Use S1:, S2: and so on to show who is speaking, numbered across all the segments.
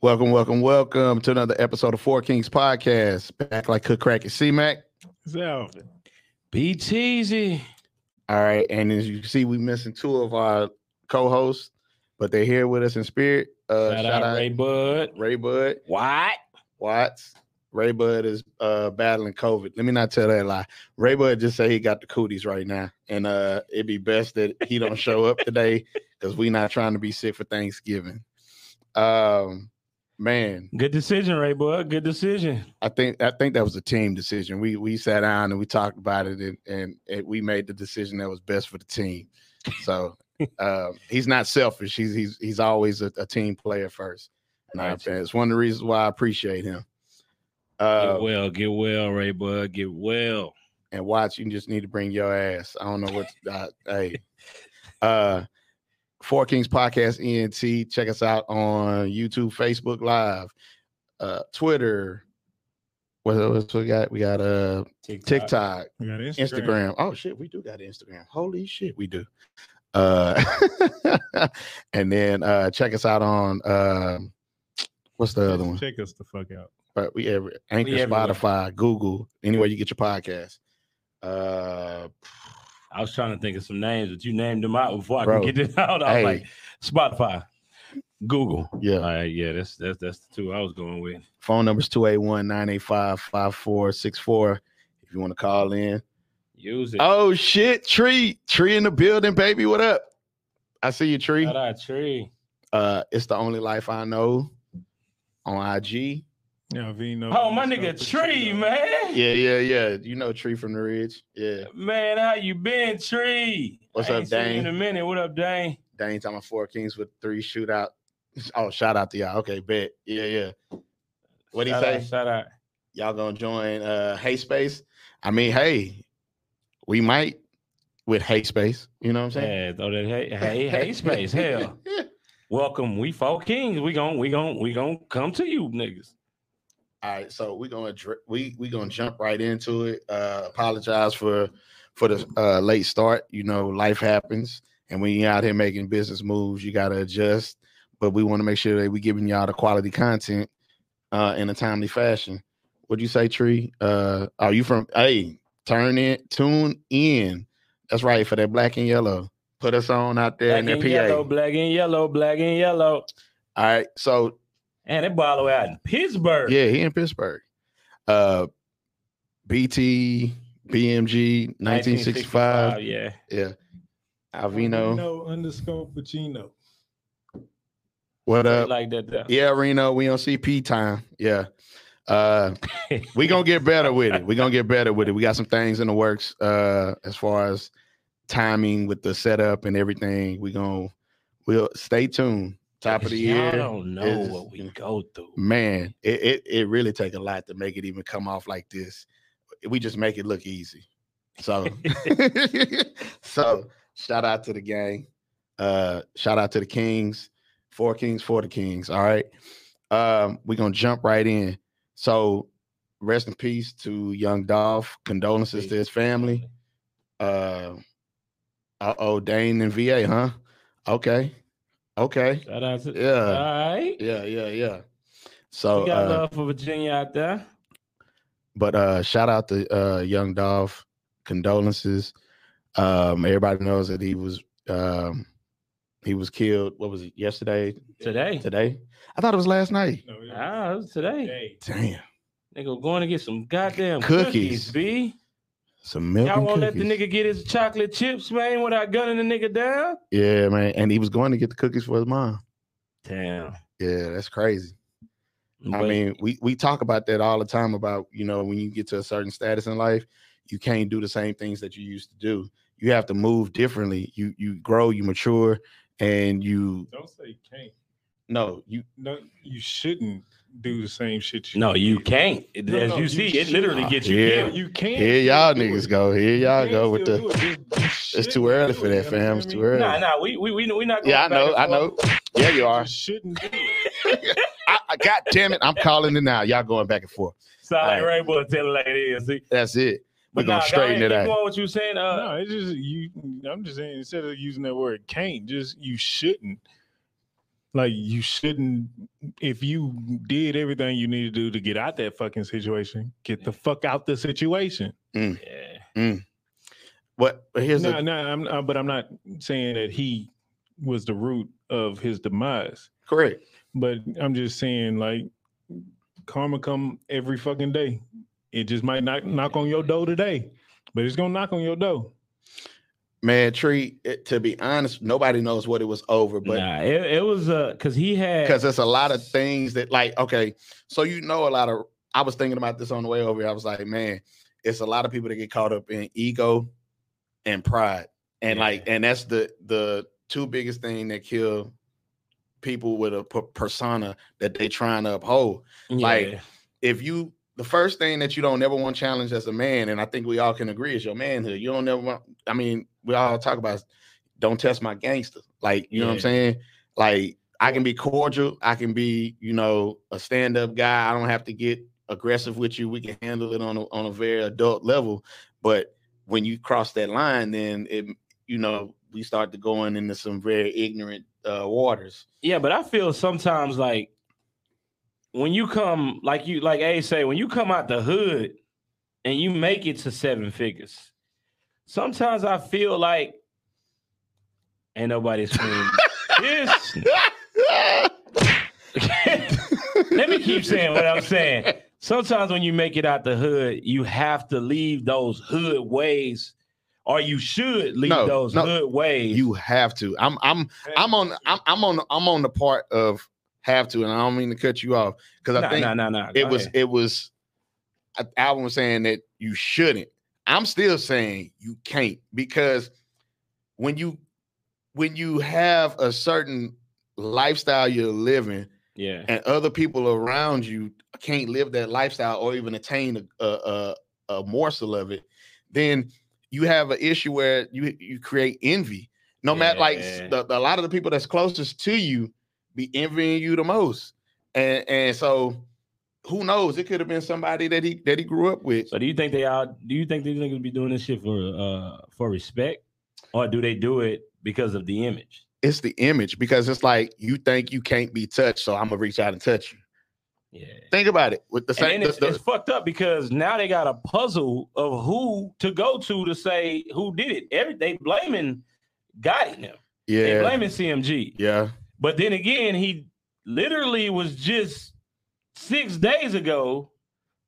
S1: Welcome, welcome, welcome to another episode of Four Kings Podcast. Back like Cook Crack and C Mac.
S2: Zelvin.
S3: BTZ.
S1: All right, and as you see, we missing two of our co-hosts, but they're here with us in spirit. Uh,
S3: shout, out, Ray Bud.
S1: Ray Bud
S3: What?
S1: Watts. Ray Bud is uh, battling COVID. Let me not tell that lie. Ray Bud just said he got the cooties right now, and uh, it'd be best that he don't show up today because we not trying to be sick for Thanksgiving. Um, man,
S3: Good decision, Ray Bud. Good decision.
S1: I think I think that was a team decision. We we sat down and we talked about it, and and, and we made the decision that was best for the team. So um, he's not selfish. He's he's he's always a, a team player first. And I-
S3: Gotcha.
S1: it's one of the reasons why I appreciate him.
S3: Get
S1: Uh,
S3: well, get well, Ray Bud. Get well.
S1: and watch, you just need to bring your ass. I don't know what. I, hey, uh, Four Kings Podcast ENT. Check us out on YouTube, Facebook Live, uh, Twitter. What else we got? We got uh TikTok,
S2: We got Instagram.
S1: Instagram. Oh shit, we do got Instagram. Holy shit, we do. Uh and then uh check us out on um what's the other
S2: Just
S1: one?
S2: Check us the fuck out.
S1: But we every Anchor,
S3: everywhere.
S1: Spotify, Google, anywhere you get your podcast. Uh
S3: I was trying to think of some names, but you named them out before I
S1: Bro.
S3: could get it out. I was
S1: Hey.
S3: like, Spotify, Google.
S1: yeah.
S3: All right, yeah, that's that's that's the two I was going with.
S1: Phone number's 281-985-5464 if you want to call in.
S3: Use it.
S1: Oh shit, tree, tree in the building, baby. What up? I see you, tree.
S3: Shout out, tree.
S1: Uh it's the only life I know on IG.
S2: Yeah, Vino.
S3: Oh, my nigga, tree, man.
S1: Yeah, yeah, yeah. You know Tree from the Ridge. Yeah.
S3: Man, how you been, tree?
S1: What's
S3: I
S1: up,
S3: ain't seen you
S1: Dane?
S3: In a minute. What up, Dane?
S1: Dane time of four kings with three shootout. Oh, shout out to y'all. Okay, bet. Yeah, yeah. What'd he
S3: Shout
S1: say?
S3: out, shout out.
S1: Y'all gonna join uh Hey Space? I mean, hey, we might with Hey Space. You know what I'm saying?
S3: Yeah, throw that hey, hey, hey space. Hell. Welcome. We four kings. We gon' we gon' we gon' come to you niggas.
S1: All right, so we're gonna dr- we we gonna jump right into it. Uh, apologize for for the uh, late start. You know, life happens, and when you're out here making business moves, you gotta adjust. But we want to make sure that we're giving y'all the quality content uh, in a timely fashion. What do you say, Tree? Uh, are you from? Hey, turn in, tune in. That's right for that black and yellow. Put us on out there
S3: Black
S1: in that
S3: and
S1: PA.
S3: yellow, black and yellow, black and yellow.
S1: All right, so
S3: And it ball the way out in Pittsburgh.
S1: Yeah, he in Pittsburgh. Uh BT, BMG, 1965.
S3: Yeah.
S1: Yeah. Alvino.
S2: Vino underscore Pacino.
S1: What
S3: They
S1: up?
S3: like that though.
S1: Yeah, Reno. We on CP time. Yeah. Uh we gonna get better with it. we gonna get better with it. We got some things in the works uh as far as timing with the setup and everything. We gonna we'll stay tuned. Top of the
S3: Y'all
S1: year.
S3: don't know
S1: It's-
S3: what we go through.
S1: man, it, it it really take a lot to make it even come off like this. We just make it look easy. So so shout out to the gang. Uh shout out to the Kings, four kings for the kings. All right. Um, we're gonna jump right in. So rest in peace to young Dolph. Condolences to his family. Uh oh, Dane and VA, huh? Okay. Okay.
S3: Shout out to
S1: Yeah.
S3: all right.
S1: Yeah, yeah, yeah. So
S3: Uh, we got
S1: uh,
S3: love for Virginia out there.
S1: But uh shout out to uh young Dolph. Condolences. Um everybody knows that he was um he was killed. What was it yesterday?
S3: Today.
S1: Today? I thought it was last night.
S2: No, it was
S3: Ah, it was today.
S2: today.
S1: Damn.
S3: Nigga going to get some goddamn
S1: Cookies.
S3: cookies, B.
S1: Some milk.
S3: Y'all
S1: and
S3: won't let the
S1: cookies.
S3: nigga get his chocolate chips, man, without gunning the nigga down?
S1: Yeah, man. And he was going to get the cookies for his mom.
S3: Damn.
S1: Yeah, that's crazy. I
S3: But
S1: mean, we we talk about that all the time about, you know, when you get to a certain status in life, you can't do the same things that you used to do. You have to move differently. You you grow, you mature, and you
S2: Don't say can't.
S1: no, you
S2: No, you shouldn't do the same shit.
S3: no, you
S2: did.
S3: can't. It-
S2: No,
S3: As
S2: no,
S3: you
S2: you
S3: see, it
S2: should
S3: literally
S1: not.
S3: gets you
S1: Yeah.
S2: No,
S3: killed.
S2: you can't.
S1: Here y'all
S2: still do
S1: niggas
S2: it.
S1: go. Here
S2: You
S1: y'all
S2: can't
S1: go with
S2: still
S1: the.
S2: do it. Just- you
S1: It's
S2: shouldn't
S1: too early
S2: do
S1: for
S2: it,
S1: that,
S2: you
S1: fam. It's
S2: understand
S1: too
S2: me?
S1: early.
S3: Nah, nah, we we we we not. Going
S1: Yeah, I
S3: back
S1: know.
S3: and
S1: I know.
S3: forth.
S1: Yeah, you are.
S2: You shouldn't do it.
S1: I, I, God damn it! I'm calling it now. Y'all going back and forth.
S3: Sound like
S1: All
S3: right. Rainbow tell it like it is. See,
S1: That's it. We're
S3: But
S1: gonna
S3: nah,
S1: straighten
S3: go
S1: it
S3: ahead, keep
S1: out.
S3: going What you saying? Uh,
S2: no, it's just you. I'm just saying instead of using that word can't, just you shouldn't. Like you shouldn't. If you did everything you need to do to get out that fucking situation, get the fuck out the situation.
S3: Yeah.
S1: What but here's
S2: No,
S1: a,
S2: no, I'm, uh, but I'm not saying that he was the root of his demise.
S1: correct.
S2: But I'm just saying, like, karma come every fucking day. It just might not knock on your door today, but it's gonna knock on your door.
S1: Man, tree. It, to be honest, nobody knows what it was over, but
S3: nah, it, it was uh because he had
S1: because there's a lot of things that like okay so you know a lot of i was thinking about this on the way over here i was like man it's a lot of people that get caught up in ego and pride and
S3: Yeah.
S1: like and that's the the two biggest thing that kill people with a per- persona that they trying to uphold like-
S3: Yeah.
S1: if you the first thing that you don't ever want challenged as a man and i think we all can agree is your manhood you don't never want i mean we all talk about don't test my gangster like you know what i'm
S3: Yeah.
S1: saying like i can be cordial i can be you know a stand-up guy i don't have to get aggressive with you we can handle it on a, on a very adult level but when you cross that line then it you know we start to going into some very ignorant uh waters
S3: Yeah, but I feel sometimes like when you come, like you, like A say, when you come out the hood and you make it to seven figures, sometimes I feel like ain't nobody screaming this. Let me keep saying what I'm saying. Sometimes when you make it out the hood, you have to leave those hood ways, or you should leave
S1: No,
S3: those
S1: no,
S3: hood ways.
S1: you have to i'm i'm I'm on I'm, I'm on I'm on the part of have to, and I don't mean to cut you off because I
S3: nah,
S1: think
S3: nah, nah, nah.
S1: it
S3: Go
S1: was
S3: ahead.
S1: it was I- Alvin was saying that you shouldn't. I'm still saying you can't because when you when you have a certain lifestyle you're living
S3: yeah.
S1: and other people around you can't live that lifestyle or even attain a, a, a, a morsel of it, then you have an issue where you you create envy. No matter like s-
S3: Yeah.
S1: the, the- a lot of the people that's closest to you be envying you the most, and and so who knows? It could have been somebody that he that he grew up with.
S3: So do you think they all do you think these niggas be doing this shit for uh for respect? Or do they do it because of the image?
S1: It's the image because it's like you think you can't be touched, so I'm gonna reach out and touch you.
S3: Yeah.
S1: Think about it with the
S3: And
S1: same.
S3: then
S1: the-
S3: it's,
S1: the-
S3: it's fucked up because now they got a puzzle of who to go to to say who did it. Every they blaming Gotti now. They
S1: yeah,
S3: blaming CMG.
S1: yeah,
S3: But then again, he literally was just six days ago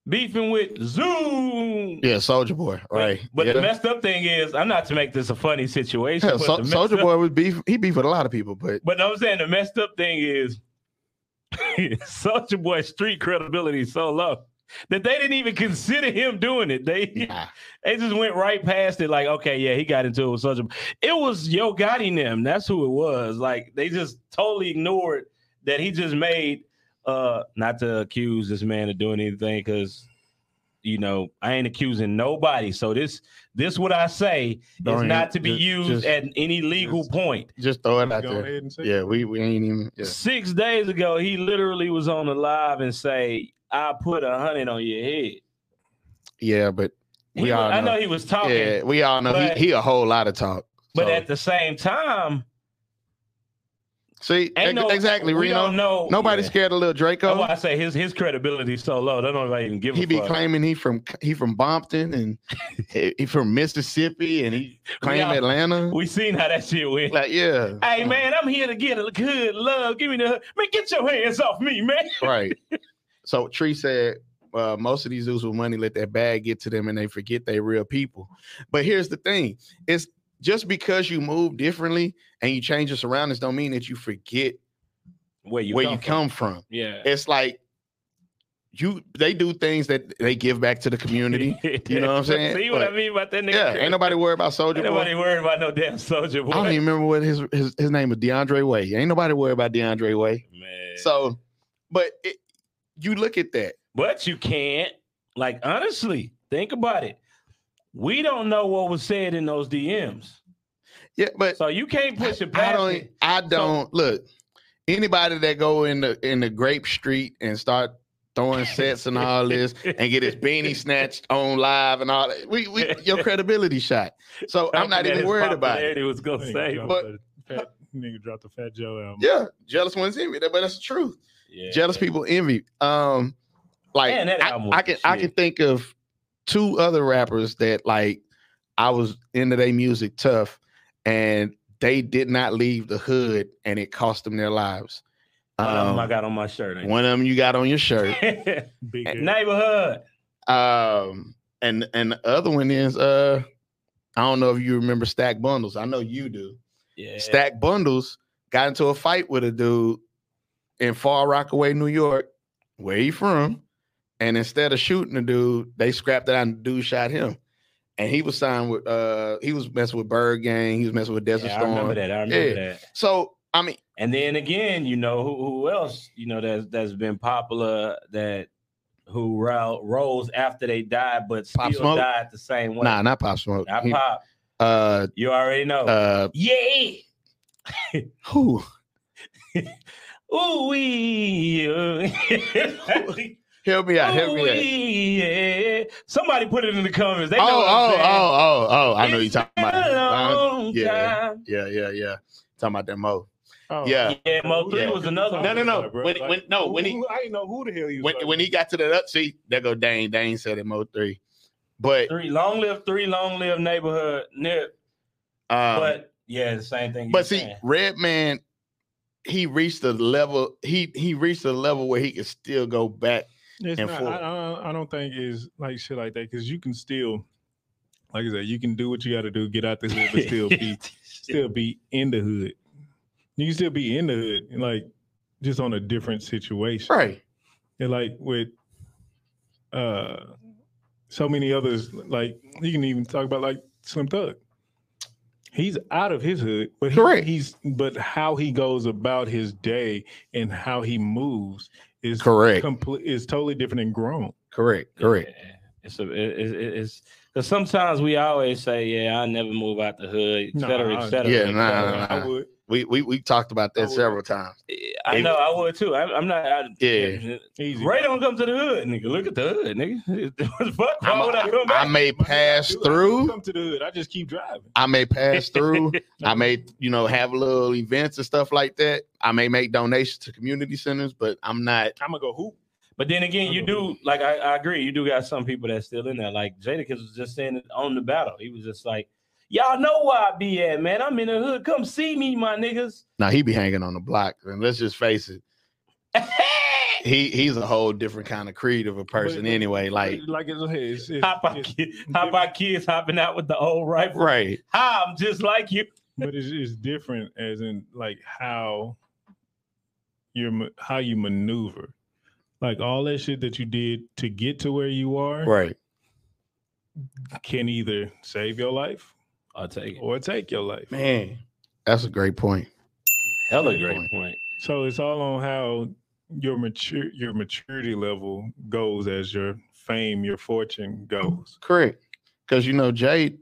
S3: beefing with Zoom.
S1: yeah. Soldier Boy,
S3: But-
S1: right?
S3: But,
S1: yeah.
S3: the messed up thing is, I'm not to make this a funny situation.
S1: Yeah,
S3: but the
S1: so,
S3: messed
S1: Soldier
S3: up-
S1: Boy was beef. He beef with a lot of people, but
S3: But I'm saying the messed up thing is Soldier Boy's street credibility is so low that they didn't even consider him doing it. They
S1: nah,
S3: they just went right past it, like, okay, yeah, he got into it with Soldier. It was Yo Gotti and them. That's who it was. Like they just totally ignored that he just made uh not to accuse this man of doing anything because you know I ain't accusing nobody. So this this what I say is
S1: Dorian,
S3: not to be
S1: just-
S3: used
S1: just-
S3: at any legal
S2: just-
S3: point.
S1: just throw it
S2: Go
S1: out there.
S2: ahead and say,
S1: Yeah, we we ain't even. Yeah.
S3: Six days ago, he literally was on the live and say, "I put a hundred on your head."
S1: Yeah, but
S3: He
S1: we
S3: wa-
S1: all
S3: I
S1: know.
S3: know he was talking,
S1: yeah, we all know
S3: but-
S1: he, he a whole lot of talk.
S3: but
S1: so-
S3: at the same time,
S1: see, ex-
S3: ain't no,
S1: exactly,
S3: we
S1: Reno.
S3: don't know
S1: Nobody's
S3: Yeah.
S1: scared of little
S3: That's why
S1: Draco.
S3: I say his his credibility is so low. They don't even give
S1: He
S3: a
S1: be
S3: fuck.
S1: claiming he from he from Bompton and he, he from Mississippi and he claim
S3: all-
S1: Atlanta.
S3: we seen how that shit went.
S1: Like, yeah,
S3: hey man, I'm here to get a good love. Give me the man. Get your hands off me, man.
S1: right. So Tree said, uh, most of these dudes with money let that bag get to them and they forget they real people. But here's the thing: it's just because you move differently and you change your surroundings, don't mean that you forget
S3: Where you
S1: where
S3: come
S1: you
S3: from.
S1: come from.
S3: Yeah.
S1: It's like you they do things that they give back to the community. You know what I'm saying?
S3: See what
S1: But-
S3: I mean about that nigga?
S1: yeah, ain't nobody worried about Soldier
S3: Ain't
S1: Boy.
S3: nobody worried about no damn soldier boy.
S1: I don't even remember what his, his his name was DeAndre Way. Ain't nobody worried about DeAndre Way.
S3: man.
S1: So, but it, you look at that.
S3: But you can't. Like, honestly, think about it. We don't know what was said in those DMs.
S1: Yeah, but
S3: So you can't push it
S1: I
S3: past
S1: don't.
S3: it.
S1: I don't look. Anybody that go in the in the grape street and start throwing sets and all this and get his beanie snatched on live and all that, we, we your credibility shot. So I'm not
S3: That
S1: even
S3: his
S1: worried about it.
S3: popularity was gonna
S2: Thank
S3: say.
S2: God
S1: But-
S2: for that. Nigga dropped the Fat Joe album.
S1: Yeah, jealous ones envy. That, but that's the truth.
S3: Yeah.
S1: Jealous people envy. Um, like
S3: Man, that
S1: I,
S3: album
S1: I
S3: was
S1: can
S3: the
S1: I can
S3: shit.
S1: think of two other rappers that like I was into their music tough, and they did not leave the hood, and it cost them their lives.
S3: One of them I
S1: Um,
S3: got on Oh, my shirt. ain't
S1: One of them you got on your shirt.
S3: it?
S2: Big L.
S3: Neighborhood.
S1: Um, and and the other one is uh, I don't know if you remember Stack Bundles. I know you do.
S3: Yeah.
S1: Stack Bundles got into a fight with a dude in Far Rockaway, New York, where he from. And instead of shooting the dude, they scrapped it out and the dude shot him. And he was signed with uh he was messing with Bird Gang, he was messing with Desert
S3: Yeah, I
S1: Storm.
S3: remember that. I remember
S1: Yeah.
S3: that.
S1: So I mean,
S3: And then again, you know who, who else? You know that's that's been popular that who ro- rose after they died, but
S1: Pop
S3: still
S1: Smoke?
S3: died the same way.
S1: nah, not Pop Smoke.
S3: Not
S1: He-
S3: pop.
S1: uh
S3: You already know.
S1: uh
S3: yeah.
S1: who?
S3: Ooh wee. Ooh
S1: Help me out, help me out.
S3: wee. Yeah. Somebody put it in the comments. They know
S1: oh,
S3: what I'm
S1: oh,
S3: saying.
S1: oh, oh, oh, I know you're
S3: It's
S1: talking
S3: been
S1: about.
S3: a
S1: Uh,
S3: long
S1: yeah.
S3: time.
S1: yeah, yeah, yeah. Talking about that Mo.
S2: Oh.
S1: Yeah.
S3: Yeah, Mo three
S1: Yeah.
S3: was another.
S1: No,
S3: one.
S1: no, no.
S2: Bro,
S1: When,
S2: like,
S1: when, no, when
S2: who-
S1: he
S2: who- I didn't know who the hell you.
S1: when, when he got to the up, see, there go Dane. Dane said it Mo three. But
S3: Three long live three long live neighborhood. Nip.
S1: um, but,
S3: but yeah, the same thing. you were
S1: see,
S3: saying.
S1: Redman, he reached a level, he he reached a level where he could still go back.
S2: It's
S1: and
S2: not,
S1: full.
S2: I, I, I don't think is like shit like that because you can still, like I said, you can do what you got to do, get out the hood, but still be still be in the hood. You can still be in the hood, and, like just on a different situation.
S1: Right.
S2: And like with uh so many others, like you can even talk about like Slim Thug. He's out of his hood, but he-
S1: Correct.
S2: he's but how he goes about his day and how he moves is
S1: Correct.
S2: complete is totally different and grown.
S1: Correct. Correct.
S3: Yeah. It's a, it, it, it- it's because sometimes we always say, yeah, I never move out the hood, et
S2: Nah,
S3: cetera,
S2: I-
S3: et cetera.
S1: Yeah,
S3: et
S1: nah,
S3: cetera.
S1: nah,
S2: I would
S1: We we we talked about
S2: I
S3: Oh,
S1: that
S2: would-
S1: several times.
S3: I
S1: If-
S3: know I would too. I, I'm not. I,
S1: Yeah.
S2: easy.
S3: Ray don't come to the hood, nigga. Look at the hood, nigga. What the fuck? Why
S1: I'm a-
S3: would I come
S1: I
S3: back?
S1: may
S2: My nigga, I
S1: pass
S2: do- I do
S1: through.
S2: Come to the hood. I just keep driving.
S1: I may pass through. I may, you know, have little events and stuff like that. I may make donations to community centers, but I'm not.
S2: I'm gonna go hoop.
S3: But then again, you do like I, I agree. You do got some people that's still in there. Like Jadakiss was just saying it on the battle. He was just like, y'all know where I be at, man. I'm in the hood. Come see me, my niggas.
S1: Now he be hanging on the block, and let's just face it, he he's a whole different kind of creed of a person
S2: but-
S1: anyway. Like,
S2: like it's, it's, it's,
S3: Hop out,
S2: it's-
S3: kid, hop out kids hopping out with the old rifle.
S1: right?
S3: Hi, I'm just like you.
S2: but it's, it's different as in like how you're ma- how you maneuver like all that shit that you did to get to where you are
S1: Right.
S2: can either save your life
S3: I'll take
S2: or take your life
S1: Man, that's a great point.
S3: Hella
S1: great
S3: point.
S2: so it's all on how your mature your maturity level goes as your fame your fortune goes
S1: Correct. Cause you know, Jay,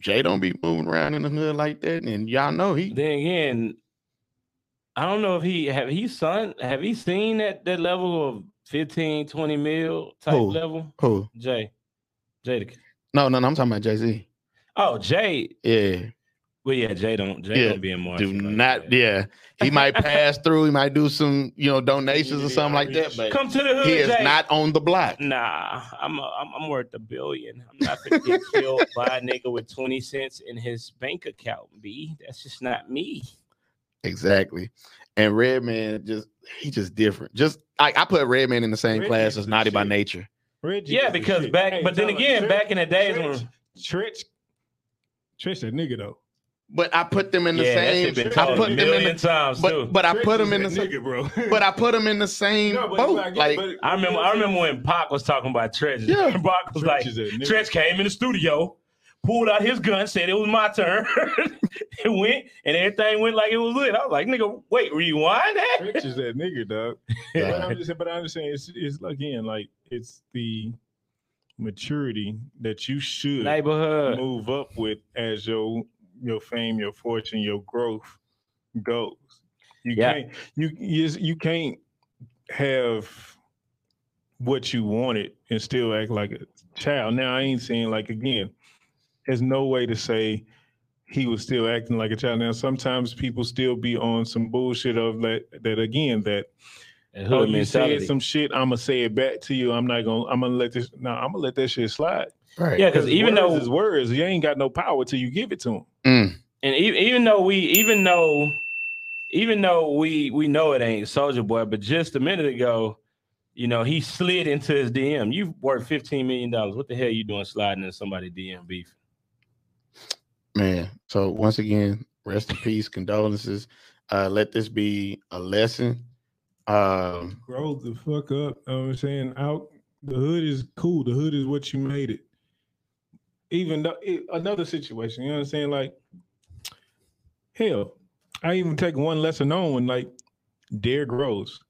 S1: Jay don't be moving around in the hood like that. And y'all know he
S3: Then again, I don't know if he have he son have he seen that that level of 15, 20 mil type
S1: Who?
S3: level?
S1: who?
S3: Jay. Jadakiss.
S1: No, no, no, I'm talking about Jay-Z.
S3: Oh, Jay.
S1: Yeah.
S3: Well, yeah, Jay don't Jay
S1: Yeah,
S3: don't be in
S1: Do
S3: Marshall. like
S1: not
S3: that.
S1: yeah. He might pass through, he might do some, you know, donations or
S2: Community
S1: something like that,
S2: outreach.
S1: but
S3: come to the hood.
S1: he is
S3: Jay. Mm.
S1: not on the block.
S3: Nah, I'm a, I'm I'm worth a billion. I'm not gonna get killed by a nigga with twenty cents in his bank account. B, that's just not me.
S1: Exactly. And Redman just he just different. Just like I put Redman in the same
S2: Redman's
S1: class as
S2: the
S1: Naughty by
S2: shit.
S1: Nature.
S2: Reggie
S3: Yeah,
S2: is the
S3: because
S2: shit.
S3: back,
S2: Hey,
S3: but then
S2: Tyler,
S3: again,
S2: Trish-
S3: back in the days when
S2: Trish- Trish Trish that nigga though
S1: But I put them in the
S3: yeah, that shit
S1: same
S3: been
S1: I
S3: told
S1: put
S3: a
S1: them
S3: million
S1: in the
S3: times too.
S1: but, but I
S2: Trish
S1: put
S2: is
S1: him in the same
S2: nigga bro
S1: but I put him in the same
S2: No, but
S1: boat.
S2: like, yeah,
S1: Like,
S2: but-
S3: I remember I remember when Pac was talking about Treasure.
S1: Yeah.
S3: Pac was
S2: Trench
S3: like,
S2: is a nigga.
S3: Trench came in the studio, pulled out his gun, said it was my turn. it went, and everything went like it was lit. I was like, nigga, wait, rewind that.
S2: Trench is that nigga, dog. But I'm just, but I understand it's, it's again like it's the maturity that you should
S3: Neighborhood.
S2: move up with as your your fame, your fortune, your growth goes. You
S3: Yeah.
S2: can't you you you can't have what you wanted and still act like a child. Now I ain't saying like again, there's no way to say he was still acting like a child. Now sometimes people still be on some bullshit of that that again that
S3: And
S2: oh
S3: hood
S2: you
S3: mentality.
S2: said some shit I'm gonna say it back to you. I'm not gonna I'm gonna let this no I'm gonna let that shit slide.
S1: Right.
S3: yeah, because even
S2: words
S3: though
S2: is words, you ain't got no power till you give it to him.
S1: Mm,
S3: and even, even though we even though even though we we know it ain't soldier boy but just a minute ago you know he slid into his dm you've worth 15 million dollars what the hell you doing sliding into somebody dm beef
S1: man. So once again, rest in peace, condolences. Uh, let this be a lesson. Um,
S2: Grow the fuck up. You know what I'm saying out the hood is cool. The hood is what you made it. Even though it, another situation, you know what I'm saying? Like hell, I even take one lesser known one, like Derrick Rose.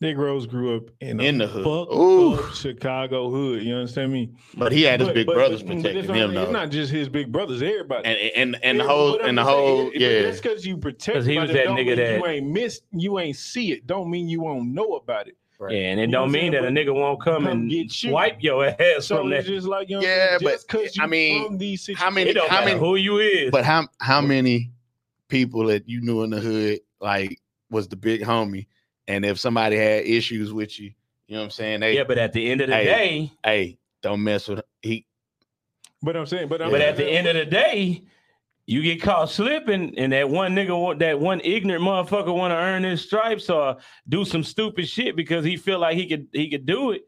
S2: Derrick Rose grew up in,
S1: In
S2: a
S1: the hood.
S2: fucked
S1: Ooh.
S2: up Chicago hood. You understand me?
S1: but he had his
S2: But-
S1: big
S2: but-
S1: brothers
S2: but- but that's
S1: protecting
S2: what I'm
S1: him
S2: saying. It's
S1: though,
S2: not just his big brothers. Everybody.
S1: and and and the
S2: Yeah,
S1: whole
S2: but I'm
S1: and the
S2: just saying,
S1: whole
S2: it- it- but
S1: yeah.
S2: That's because you protect.
S3: 'Cause he
S2: about
S3: was
S2: it
S3: that
S2: don't
S3: nigga
S2: mean
S3: that-
S2: you ain't miss, you ain't see it. Don't mean you won't know about it.
S1: Right.
S3: yeah, and it
S2: You know
S3: don't
S2: what I'm
S3: mean that
S2: saying?
S3: a nigga won't come,
S2: Come
S3: and
S2: get you.
S3: wipe your ass
S2: So
S3: from that
S2: it's just like you know,
S1: Yeah, but,
S2: because
S1: I mean,
S2: from these
S1: how many-
S3: it
S2: situations-
S3: don't
S1: how
S3: matter
S1: many-
S3: who you is
S1: But how how many people that you knew in the hood like was the big homie? And if somebody had issues with you, you know what I'm saying? Hey,
S3: yeah but at the end of the
S1: Hey.
S3: day
S1: hey, don't mess with he.
S2: But I'm saying, but I'm
S3: but
S1: Yeah.
S3: at the end of the day you get caught slipping, and that one nigga, wa- that one ignorant motherfucker, want to earn his stripes or do some stupid shit because he feel like he could he could do it.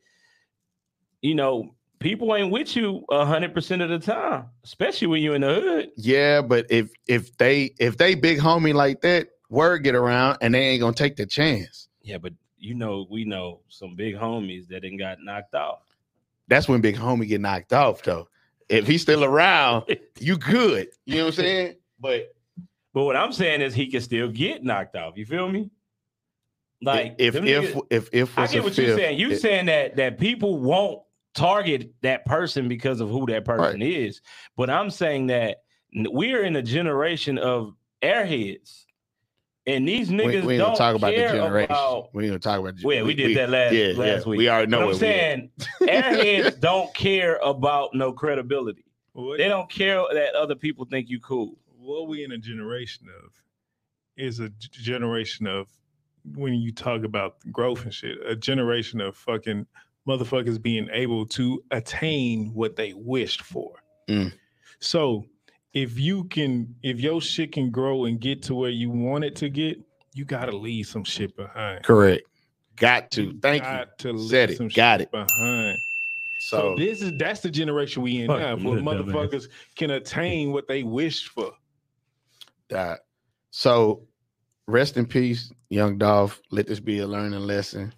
S3: You know, people ain't with you hundred percent of the time, especially when you in the hood.
S1: Yeah, but if if they if they big homie like that, word get around, and they ain't gonna take the chance.
S3: Yeah, but you know, we know some big homies that didn't got knocked off.
S1: That's when big homie get knocked off though. If he's still around, you good. You know what I'm saying? But
S3: But what I'm saying is, he can still get knocked off. You feel me? Like
S1: if if
S3: them
S1: if
S3: niggas-
S1: if, if
S3: I
S1: was
S3: get
S1: a
S3: what
S1: fifth,
S3: you're saying. You
S1: it-
S3: saying that that people won't target that person because of who that person is. But I'm saying that n- we're in a generation of airheads, and these
S1: we, we
S3: niggas
S1: ain't gonna
S3: don't
S1: talk about the
S3: care
S1: generation.
S3: about.
S1: we ain't gonna talk about the
S3: Yeah, we, did that last
S1: yeah,
S3: last
S1: yeah,
S3: week.
S1: We already know
S3: But
S1: what
S3: I'm saying airheads don't care about no credibility.
S2: what,
S3: They don't care that other people think you cool.
S2: what we in a generation of is a g- generation of when you talk about growth and shit, a generation of fucking motherfuckers being able to attain what they wished for.
S1: Mm.
S2: So if you can, if your shit can grow and get to where you want it to get, you gotta leave some shit behind.
S1: Correct. Got to.
S3: Mm-hmm.
S1: Thank you.
S2: got to leave
S1: Said it.
S2: some
S1: Got
S2: shit
S1: it.
S2: behind.
S1: So,
S2: So this is that's the generation we in
S3: Fuck
S2: now,
S3: you,
S2: where
S3: little dumbass.
S2: motherfuckers can attain what they wish for.
S1: that. So, rest in peace, young Dolph. Let this be a learning lesson.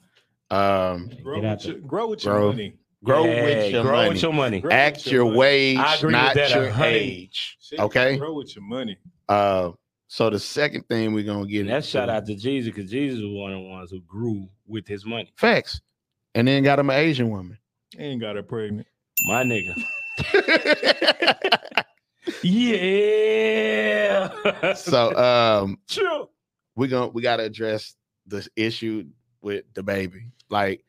S1: Um,
S2: Grow,
S3: Get out
S2: with your, grow with your
S1: Grow.
S2: money.
S1: grow
S3: Yeah,
S1: with your
S3: grow
S1: money.
S3: with your money.
S2: Grow
S1: Act
S2: with your
S1: your
S2: money.
S1: wage,
S3: I agree with
S1: not
S3: that
S1: your
S3: 100.
S1: age.
S2: Shit,
S1: Okay.
S2: Grow with your money.
S1: Uh, so the second thing we're gonna get
S3: And that's
S1: into-
S3: shout out to Jesus because Jesus was one of the ones who grew with his money.
S1: facts, and then got him an Asian woman.
S2: Ain't got her pregnant.
S3: My nigga. Yeah.
S1: so, um,
S3: chill.
S1: we gonna we gotta address this issue with the baby. Like,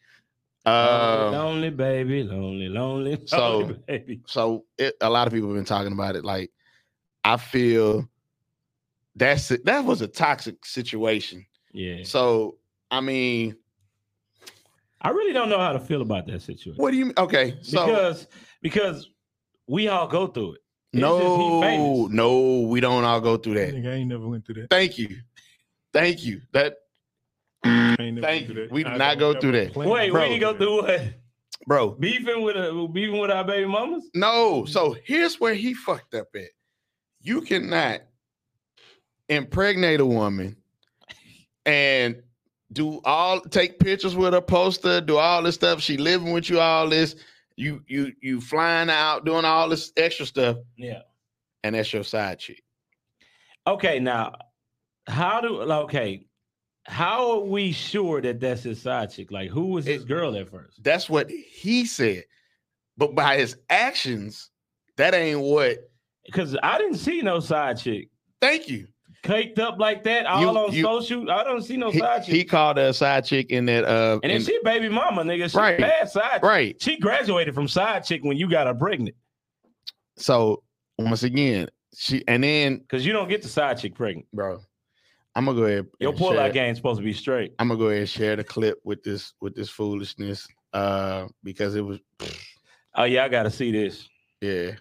S1: um,
S3: lonely baby, lonely, lonely.
S1: so-
S3: lonely baby.
S1: so it, a lot of people have been talking about it. Like, I feel that's it. That was a toxic situation.
S3: Yeah.
S1: So, I mean,
S3: I really don't know how to feel about that situation.
S1: what do you? mean? Okay, so
S3: because because we all go through it. it's just he
S1: no,
S3: famous.
S1: no, we don't all go through that.
S2: Nigga, I ain't never went through that.
S1: Thank you, thank you. That
S2: I ain't never
S1: Thank
S2: went through
S1: you.
S2: that.
S1: We did
S2: I
S1: not
S2: don't
S1: go through
S2: never
S1: that.
S2: plan to
S3: Wait, we didn't go through what?
S1: bro,
S3: Beefing with a beefing with our baby mamas?
S1: No. So here's where he fucked up at. You cannot impregnate a woman and do all take pictures with her, post her, do all this stuff. She living with you, all this. You you you flying out, doing all this extra stuff,
S3: Yeah.
S1: and that's your side chick.
S3: Okay, now how do okay? How are we sure that that's his side chick? Like, who was his
S1: It-
S3: girl at first?
S1: That's what he said. But by his actions, that ain't what.
S3: Because I didn't see no side chick
S1: Thank you.
S3: caked up like that, all on
S1: you-
S3: social. I don't see no
S1: He,
S3: side chick.
S1: he called her a side chick in that. Uh,
S3: Oh, and then
S1: in-
S3: she baby mama, nigga. She
S1: Right.
S3: passed side. chick.
S1: right.
S3: She graduated from side chick when you got her pregnant.
S1: So once again, she and then
S3: Because you don't get the side chick pregnant.
S1: bro, I'm gonna go ahead.
S3: Your
S1: and share-
S3: pullout game's supposed to be straight.
S1: I'm gonna go ahead and share the clip with this with this foolishness. Uh, because it was
S3: Oh yeah, I gotta see this.
S1: yeah,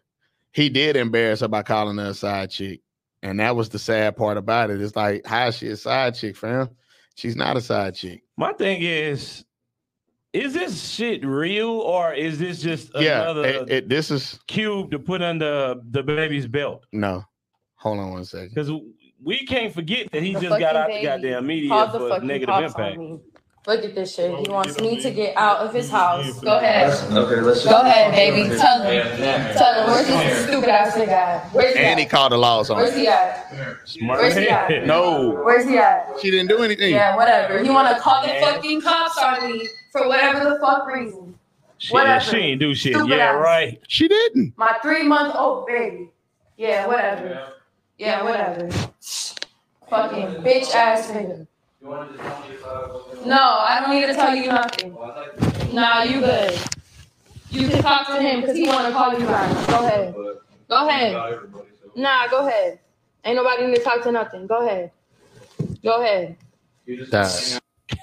S1: he did embarrass her by calling her a side chick, and that was the sad part about it. It's like how is she a side chick, fam? She's not a side chick.
S3: My thing is, is this shit real or is this just another
S1: yeah, it, it- this is
S3: cube to put under the baby's belt?
S1: no. Hold on one second.
S3: Because we can't forget that he
S4: The
S3: just got out
S4: fucking
S3: the
S4: baby
S3: goddamn media
S4: Call the
S3: for
S4: fucking
S3: negative
S4: cops on
S3: impact.
S4: me. Look at this shit.
S2: Well,
S4: He
S2: we
S4: wants
S2: get
S4: me
S2: on
S4: to
S2: me.
S4: get out of his house. Go
S5: Let's-
S4: ahead.
S5: Okay, let's just.
S4: Go ahead, baby. Tell him.
S5: Yeah.
S4: Tell him. Where's this stupid ass nigga at? Where's he
S1: And he
S4: at?
S1: called the laws on
S4: Where's
S1: her.
S4: he at?
S3: Smart
S4: Where's he at?
S3: man.
S1: No,
S4: Where's he at?
S1: she didn't do anything.
S4: Yeah, whatever. You wanna call the fucking cops on me for whatever the fuck reason.
S3: Shit,
S4: Whatever.
S3: she ain't do shit.
S4: Stupid
S3: yeah,
S4: ass.
S3: right.
S1: She didn't.
S4: My three month old baby. Yeah, whatever. Yeah, whatever. Fucking bitch ass nigga.
S5: You wanted to tell me if I was-
S4: No, I don't need to tell you nothing.
S5: Well, I'd like to-
S4: Nah, you good. You can talk to him because he want to call you out. Go ahead.
S5: But-
S4: Go ahead.
S5: Not everybody, so-
S4: Nah, go ahead. Ain't nobody need to talk to nothing. Go ahead. Go ahead.
S5: You just-
S1: That's-
S4: In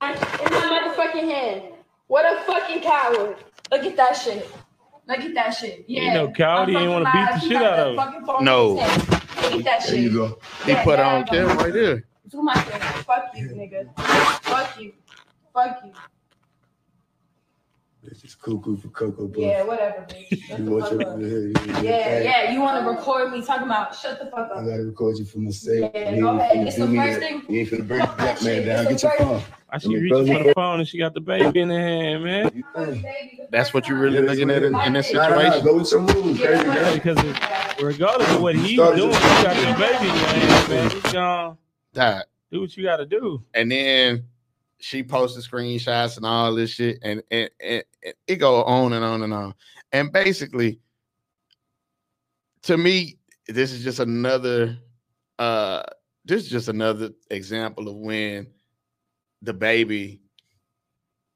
S4: my motherfucking hand. What a fucking coward. Look at that shit. Look at that shit.
S3: Ain't
S4: Yeah.
S3: no coward, he ain't wanna beat the shit out of him.
S4: him.
S1: No.
S4: Look at that shit.
S2: There you go.
S1: He
S4: Yeah,
S1: put her
S4: yeah,
S1: on
S4: I
S1: camera
S4: know.
S1: right there.
S4: Do my thing. Fuck you, nigga. Fuck you. Fuck you.
S6: This is cuckoo for cocoa puff.
S4: Yeah, whatever, bitch. Shut
S6: You
S4: the
S6: want
S4: fuck
S6: your,
S4: up. Yeah,
S6: yeah, yeah,
S4: yeah, you want to record me talking about shut the fuck
S6: I
S4: up.
S6: gotta record you for myself.
S4: Yeah,
S6: you
S4: go
S6: ain't
S4: ahead.
S6: finna
S4: It's
S6: do
S4: the
S6: me
S4: first
S6: that-
S4: thing-
S6: You ain't finna bring
S4: Fuck
S6: that
S4: that
S6: man
S4: shit.
S6: down.
S4: It's the
S6: Get your phone.
S3: I see reaching for the phone and she got the baby in her hand, man.
S6: You think?
S1: That's what you
S4: really.
S1: really
S6: Yeah,
S1: looking at in, in this
S6: Nah, nah, nah,
S1: situation.
S6: go with your moves,
S4: Yeah,
S6: baby.
S4: right.
S6: Go.
S3: Because regardless of what he's
S6: Start
S3: doing, you
S6: just-
S3: got the baby in your hand, man. You gone.
S1: Nah.
S3: Do what you got to do.
S1: and then she posted screenshots and all this shit, and and, and and it go on and on and on. And basically, to me, this is just another uh this is just another example of when the baby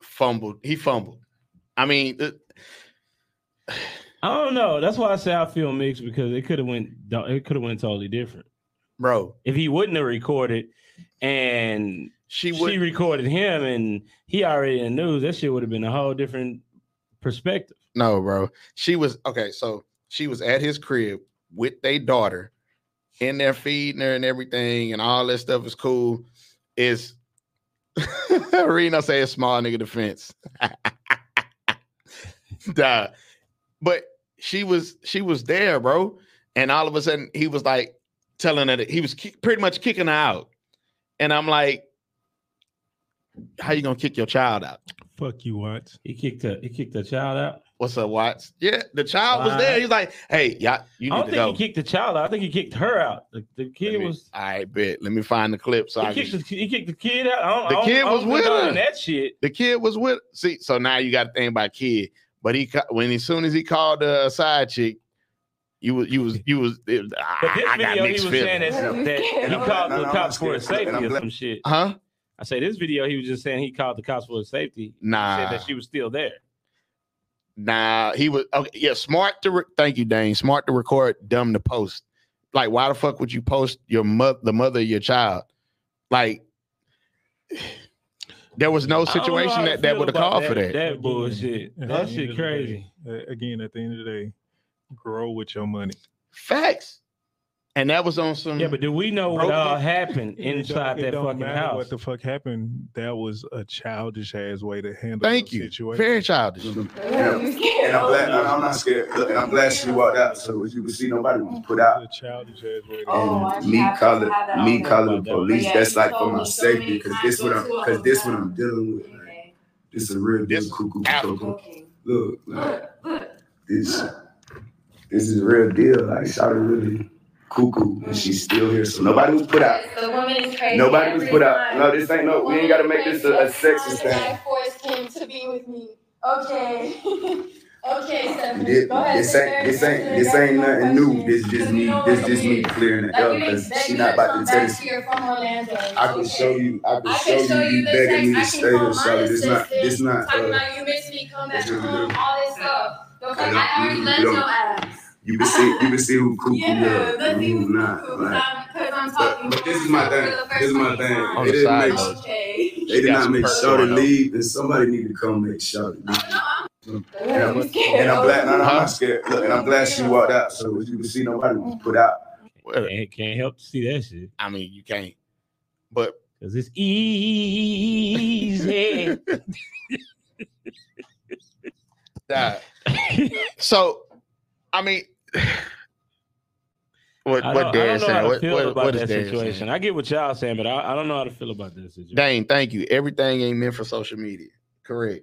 S1: fumbled. He fumbled. I mean, th-
S3: I don't know. That's why I say I feel mixed because it could have went. do- It could have went totally different
S1: bro,
S3: if he wouldn't have recorded, and
S1: she
S3: she,
S1: would
S3: recorded him, and he already in the news. That shit would have been a whole different perspective.
S1: No, bro. She was okay. So she was at his crib with their daughter, in there feeding her and everything, and all that stuff is cool. Is Reno say it's small nigga defense? Duh. But she was she was there, bro. And all of a sudden he was like telling her that he was ki- pretty much kicking her out. And I'm like, how you gonna kick your child out?
S2: Fuck you, Watts.
S3: He kicked a he kicked the child out.
S1: What's up, Watts? Yeah, the child was there.
S3: Alright.
S1: He's like, hey, y'all, you need
S3: I don't
S1: to
S3: think
S1: go.
S3: he kicked the child out. I think he kicked her out. The, the kid was.
S1: I bet. Let me find the clip. So I
S3: he,
S1: can,
S3: kicked the, he kicked the kid out. I don't,
S1: The
S3: I don't-
S1: kid
S3: I don't
S1: was with
S3: condone
S1: her.
S3: That shit.
S1: the kid was with. See, so now you got to think about kid. But he ca- when as soon as he called the uh, side chick, you was you was you was. It, was-
S3: But
S1: I,
S3: this
S1: I got
S3: video, he
S1: mixed
S3: was saying
S1: feelings.
S3: that,
S4: feelings.
S3: that he
S4: No, no,
S3: called
S6: no,
S3: the
S6: no, I'm
S3: cops for
S6: scared.
S3: his safety
S6: I'm
S3: or
S6: glad-
S3: some shit.
S1: Huh?
S3: I say this video, he was just saying he called the cops for his safety. He
S1: Nah,
S3: said
S6: Ah.
S3: that she was still there.
S1: nah. He was okay. Yeah, smart to. Re- Thank you, Dane. Smart to record, dumb to post. Like, why the fuck would you post your mother, the mother of your child? Like, there was no
S3: I don't know how
S1: situation
S3: to
S1: that that
S3: feel
S1: would have
S3: about
S1: called for that.
S3: That bullshit.
S2: At the
S3: That
S2: end
S3: shit
S2: of the day-
S3: crazy.
S2: uh, Again, at the end of the day, grow with your money.
S1: Facts. And that was on some.
S3: Yeah, but do we know what
S1: Broken.
S3: all happened
S2: It don't-
S3: inside
S2: it
S3: that
S2: don't
S3: fucking
S2: matter
S3: house?
S2: What the fuck happened? That was a childish ass way to handle.
S1: Thank
S2: the
S1: you.
S2: Situation.
S1: Very childish.
S3: Mm-hmm.
S4: You scared?
S6: And I'm glad, I'm not scared. Look, and I'm glad she walked out. So as you can see, nobody was put out.
S2: A childish ass way. To
S4: Oh,
S6: And
S4: I
S6: me
S4: have to
S6: calling,
S4: have that
S6: me
S4: on
S6: calling the
S2: there.
S6: police.
S4: Yeah,
S6: that's
S4: you
S6: like for
S4: told
S6: my
S4: me so
S6: safety,
S4: many
S6: because
S4: times.
S6: this what
S4: Go
S6: I'm,
S4: to a
S6: because this what
S4: hotel.
S6: I'm dealing with. Like,
S4: Okay.
S6: this is real
S1: This
S6: deal, cuckoo,
S1: Africa.
S6: cuckoo.
S4: Okay.
S6: Look, like,
S4: Look, look.
S6: this this is real deal. Like Shawty really cuckoo,
S4: Mm-hmm.
S6: and she's still here. So nobody was put out.
S4: Yes, The woman is crazy.
S6: Nobody was
S4: every
S6: put out.
S4: time.
S6: No, this ain't no. We ain't gotta make this a, a sexist
S4: The guy
S6: thing.
S4: forced him to be with me. Okay. okay, Stephanie.
S6: This,
S4: Go ahead.
S6: this
S4: sit
S6: ain't
S4: there
S6: this
S4: and
S6: ain't
S4: answer
S6: this ain't
S4: that
S6: nothing new.
S4: question.
S6: This just me. This just me clearing it
S4: Like,
S6: up
S4: you
S6: because
S4: expect
S6: she
S4: me
S6: not
S4: to
S6: about
S4: come
S6: to tell
S4: back
S6: us.
S4: here from Orlando.
S6: I can
S4: okay?
S6: show you. I
S4: I
S6: can show you. You
S4: the
S6: begging me to
S4: text. I
S6: stay
S4: can
S6: here,
S4: call my
S6: Shawty. This not this
S4: assistant,
S6: not.
S4: Talking
S6: Uh,
S4: about you miss me, come back
S6: this is
S4: home,
S6: real.
S4: all this stuff. The fuck,
S6: don't-
S4: I already
S6: you
S4: left
S6: don't-
S4: your ass.
S6: You can see, you can see who cuckoo
S4: Yeah,
S6: yeah,
S4: let's
S6: and
S4: see
S6: who's
S4: who's
S6: not.
S4: cuckoo,
S6: Like,
S4: Because I'm
S6: but,
S4: talking.
S6: but this is my
S4: for the
S6: thing.
S4: first
S6: This is my
S4: time.
S6: thing.
S1: On
S6: They
S1: the
S6: didn't
S1: side
S6: make,
S1: note.
S4: Okay.
S6: they
S3: She
S6: did
S3: got
S6: not
S3: some
S6: make
S3: perks
S6: Shorty
S3: going on.
S6: leave, and somebody need to come make Shorty leave.
S4: Oh, no, I'm.
S6: And I'm, and I'm glad, no, no, I'm not scared. Look, and I'm glad she walked out. So as you can see, nobody was put out.
S1: Well,
S7: Can't, can't help to see that shit
S1: I mean, you can't. But
S7: because it's easy.
S1: that. uh, so, I mean, what
S3: I
S1: what
S3: don't, I don't
S1: Darren
S3: know how
S1: saying?
S3: to
S1: What
S3: feel
S1: what,
S3: about
S1: what is
S3: that
S1: Darren
S3: situation.
S1: saying?
S3: I get what y'all saying, but I, I don't know how to feel about that situation.
S1: Dane, thank you. Everything ain't meant for social media. Correct.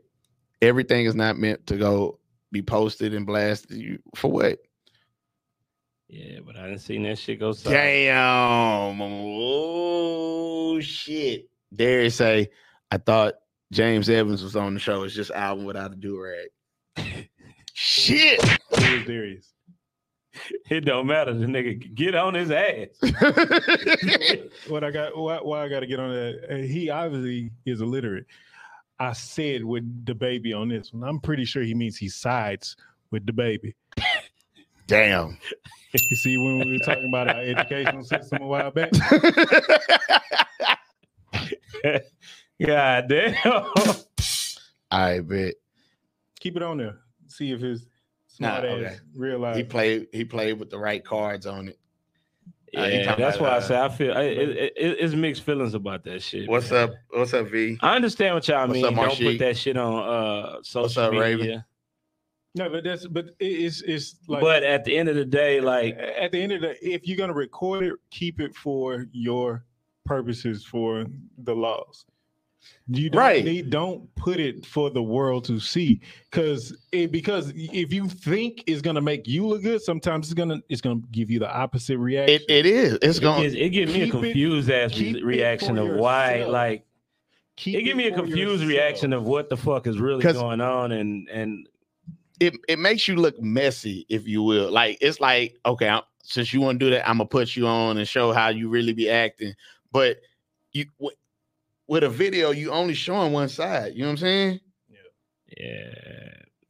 S1: Everything is not meant to go be posted and blasted. You for what?
S3: Yeah, but I didn't see that shit go south.
S1: Damn. Oh shit. Darren say, I thought James Evans was on the show. It's just album without a do rag. shit.
S2: It was Darius.
S3: It don't matter. The nigga get on his ass.
S2: What I got? Why, why I got to get on that? Uh, He obviously is illiterate. I said with the baby on this one. I'm pretty sure he means he sides with the baby.
S1: Damn.
S2: You see, when we were talking about our educational system a while back,
S3: God damn.
S1: I bet.
S2: keep it on there. See if his
S1: Nah,
S2: smart ass
S1: okay. He
S2: realize.
S1: played he played with the right cards on it. Uh, you
S3: yeah,
S1: talking
S3: that's why I
S1: about,
S3: say I feel I, it, it, it's mixed feelings about that shit.
S1: What's
S3: man.
S1: up? What's up, V?
S3: I understand what y'all
S1: What's
S3: mean.
S1: up,
S3: Don't
S1: Marshik?
S3: put that shit on uh social
S1: up,
S3: media.
S1: Raven?
S2: No, but that's but it- it's it's like.
S3: but at the end of the day, like
S2: at the end of the if you're gonna record it, keep it for your purposes for the laws. You don't
S1: Right.
S2: need, don't put it for the world to see because it because if you think it's gonna make you look good, sometimes it's gonna it's gonna give you the opposite reaction.
S1: It, it is. It's
S3: it
S1: going.
S3: gives, it gives me a
S2: keep it-
S3: confused ass
S2: keep
S3: re-
S2: it
S3: reaction
S2: for
S3: of why,
S2: yourself.
S3: like
S2: Keep
S3: it gives me a
S2: for
S3: confused
S2: yourself.
S3: reaction of what the fuck is really
S1: 'Cause-
S3: going on and and
S1: It it makes you look messy, if you will. Like it's like okay, I'm, since you want to do that, I'm gonna put you on and show how you really be acting. But you w- with a video, you only showing one side. You know what I'm saying?
S3: yeah.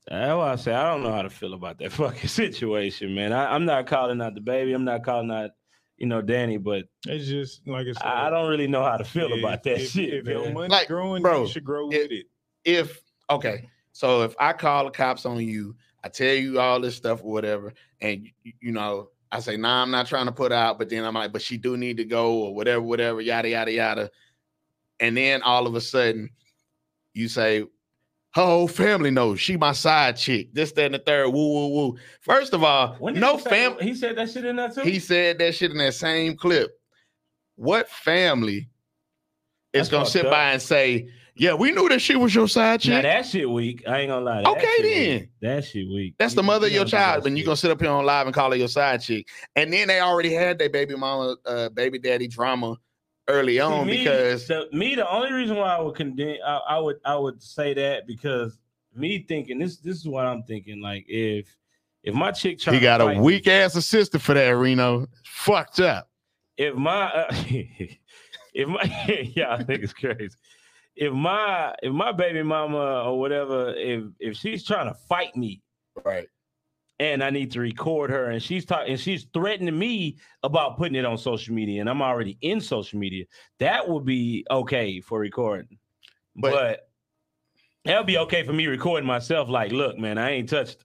S3: That's why I say I don't know how to feel about that fucking situation, man. I, I'm not calling out the baby. I'm not calling out, you know, Danny, but
S2: It's just like I said.
S3: I I don't really know how to feel
S2: if-
S3: about that
S2: if-
S3: shit.
S2: If
S3: man.
S2: your money
S1: Like,
S2: growing,
S1: bro,
S2: you should grow
S1: it-
S2: with it.
S1: If okay, so if I call the cops on you, I tell you all this stuff or whatever, and you, you know. I say, nah, I'm not trying to put out, but then I'm like, but she do need to go or whatever, whatever, yada, yada, yada. And then all of a sudden, you say, her whole family knows she my side chick, this, that, and the third, woo, woo, woo. First of all,
S3: When did
S1: no
S3: he say-
S1: family.
S3: He said that shit in that too.
S1: He said that shit in that same clip. What family is
S3: That's
S1: going to
S3: fucked
S1: sit
S3: up.
S1: by and say, yeah, we knew that she was your side
S3: now
S1: chick?
S3: that shit weak. I ain't gonna lie. That
S1: Okay,
S3: shit
S1: then.
S3: weak. that shit weak.
S1: That's the
S3: You-
S1: mother
S3: you
S1: of your
S3: don't do that
S1: child, and you
S3: shit.
S1: gonna sit up here on live and call her your side chick. And then they already had their baby mama, uh, baby daddy drama early
S3: See,
S1: on
S3: me,
S1: because
S3: the, me the only reason why I would condemn I, I would I would say that because me thinking this this is what I'm thinking like if if my chick trying
S1: he got
S3: to
S1: a
S3: fight me,
S1: weak ass assistant for that Reno. Fucked up.
S3: if my uh, if my yeah I think it's crazy if my if my baby mama or whatever if if she's trying to fight me
S1: Right.
S3: and I need to record her, and she's talking, and she's threatening me about putting it on social media, and I'm already in social media. That would be okay for recording,
S1: But-
S3: but, that'll be okay for me recording myself. Like, look, man, I ain't touched.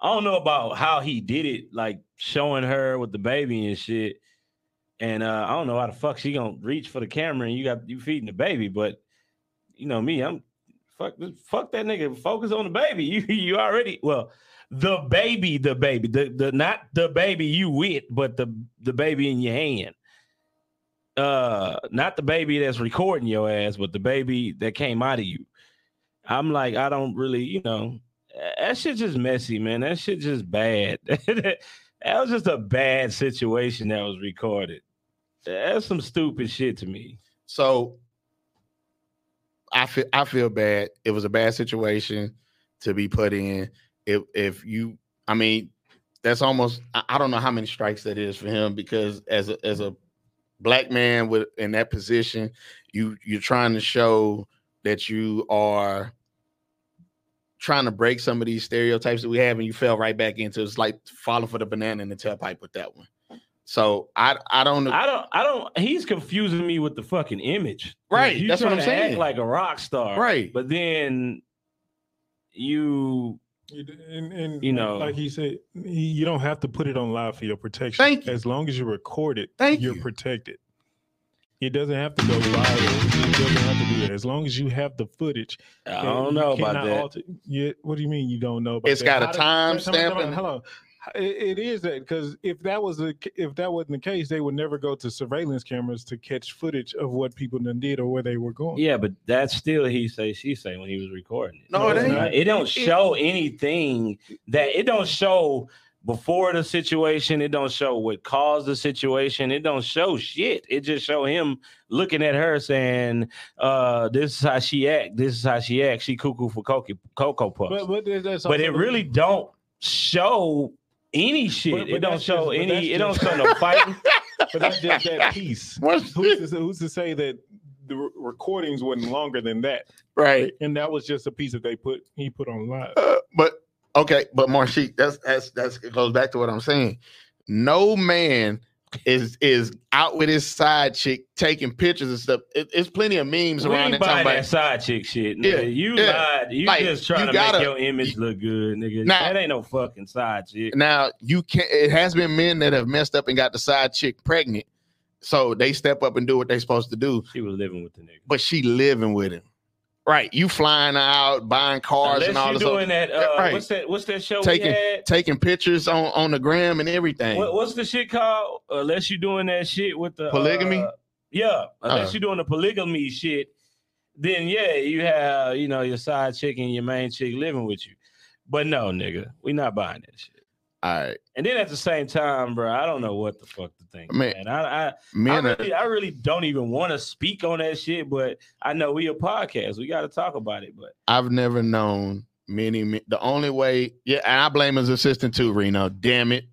S3: I don't know about how he did it, like showing her with the baby and shit. And uh, I don't know how the fuck she gonna reach for the camera, and you got you feeding the baby, but you know me, I'm fuck fuck that nigga. Focus on the baby. You you already well the baby, the baby, the the not the baby you with, but the the baby in your hand. Uh, not the baby that's recording your ass, but the baby that came out of you. I'm like, I don't really, you know, that shit just messy, man. That shit just bad. that was just a bad situation that was recorded. That's some stupid shit to me.
S1: So I feel I feel bad. It was a bad situation to be put in. If if you, I mean, that's almost I, I don't know how many strikes that is for him because as a as a black man with in that position, you you're trying to show that you are trying to break some of these stereotypes that we have, and you fell right back into it. it's like falling for the banana in the tailpipe with that one. So I I don't know.
S3: I don't. I don't. He's confusing me with the fucking image.
S1: Right,
S3: You
S1: that's what
S3: tryna
S1: I'm
S3: act
S1: saying.
S3: like a rock star.
S1: Right.
S3: But then you.
S2: You d- And, and
S3: You
S2: like-
S3: know.
S2: like he said, y- you don't have to put it on live for your protection.
S1: Thank you.
S2: As long as you record it,
S1: Thank
S2: you're
S1: you.
S2: protected. It doesn't have to go live. It doesn't have to do that. As long as you have the footage.
S3: I
S2: and
S3: don't
S2: you
S3: know about
S2: cannot
S3: that.
S2: alter- yeah, what do you mean you don't know about
S1: It's
S2: that?
S1: got a
S2: How did-
S1: time
S2: come on, come
S1: stamp
S2: on,
S1: and-
S2: Hold on. It it is that because if that was the c- if that wasn't the case, they would never go to surveillance cameras to catch footage of what people done did or where they were going.
S7: Yeah, but that's still he say she say when he was recording it.
S1: No, it
S7: it's
S1: ain't.
S7: not.
S3: It don't show anything that it don't show before the situation. It don't show what caused the situation. It don't show shit. It just show him looking at her saying, uh, "This is how she act. This is how she act. She cuckoo for cocoa cocoa puffs." But,
S2: but but that- that's also
S3: it
S2: the-
S3: really don't show any shit.
S2: but
S3: it don't
S2: that's
S3: show
S2: just- but that's
S3: any. It don't
S2: just-
S3: show no fighting.
S2: But that's just that piece.
S1: What's-
S2: who's to, say- who's to say that the re- recordings wasn't longer than that?
S1: right.
S2: And that was just a piece that they put he put on live.
S1: Uh, but okay, but Marshik, that's that's that's it goes back to what I'm saying. No man is is out with his side chick taking pictures and stuff. It, it's plenty of memes
S3: we
S1: around
S3: ain't
S1: that talking
S3: buying
S1: about
S3: that side chick shit. Nigga.
S1: Yeah,
S3: you
S1: yeah.
S3: lied. You
S1: Like,
S3: just trying
S1: you
S3: to
S1: gotta-
S3: make your image look good, nigga.
S1: Nah.
S3: that ain't no fucking side chick.
S1: now you can't it has been men that have messed up and got the side chick pregnant. So they step up and do what they're supposed to do,
S3: She was living with the nigga.
S1: but she living with him. Right. You flying out, buying cars
S3: Unless
S1: and all
S3: you're
S1: this
S3: doing
S1: other,
S3: that, uh,
S1: Yeah, right.
S3: what's that? What's that show
S1: Taking-
S3: we had?
S1: taking pictures on, on the gram and everything.
S3: What, what's the shit called? Unless you're doing that shit with the
S1: Polygamy?
S3: uh, yeah, unless
S1: Uh.
S3: you're doing the polygamy shit, then yeah, you have you know your side chick and your main chick living with you. But no, nigga, we not buying that shit.
S1: all right.
S3: And then at the same time, bro, I don't know what the fuck to think, man.
S1: Man,
S3: I, I, I
S1: Men are-
S3: really, I really don't even want to speak on that shit, but I know we a podcast, we got to talk about it. But
S1: I've never known many. men- The only way, yeah, and I blame his assistant too, Reno. Damn it.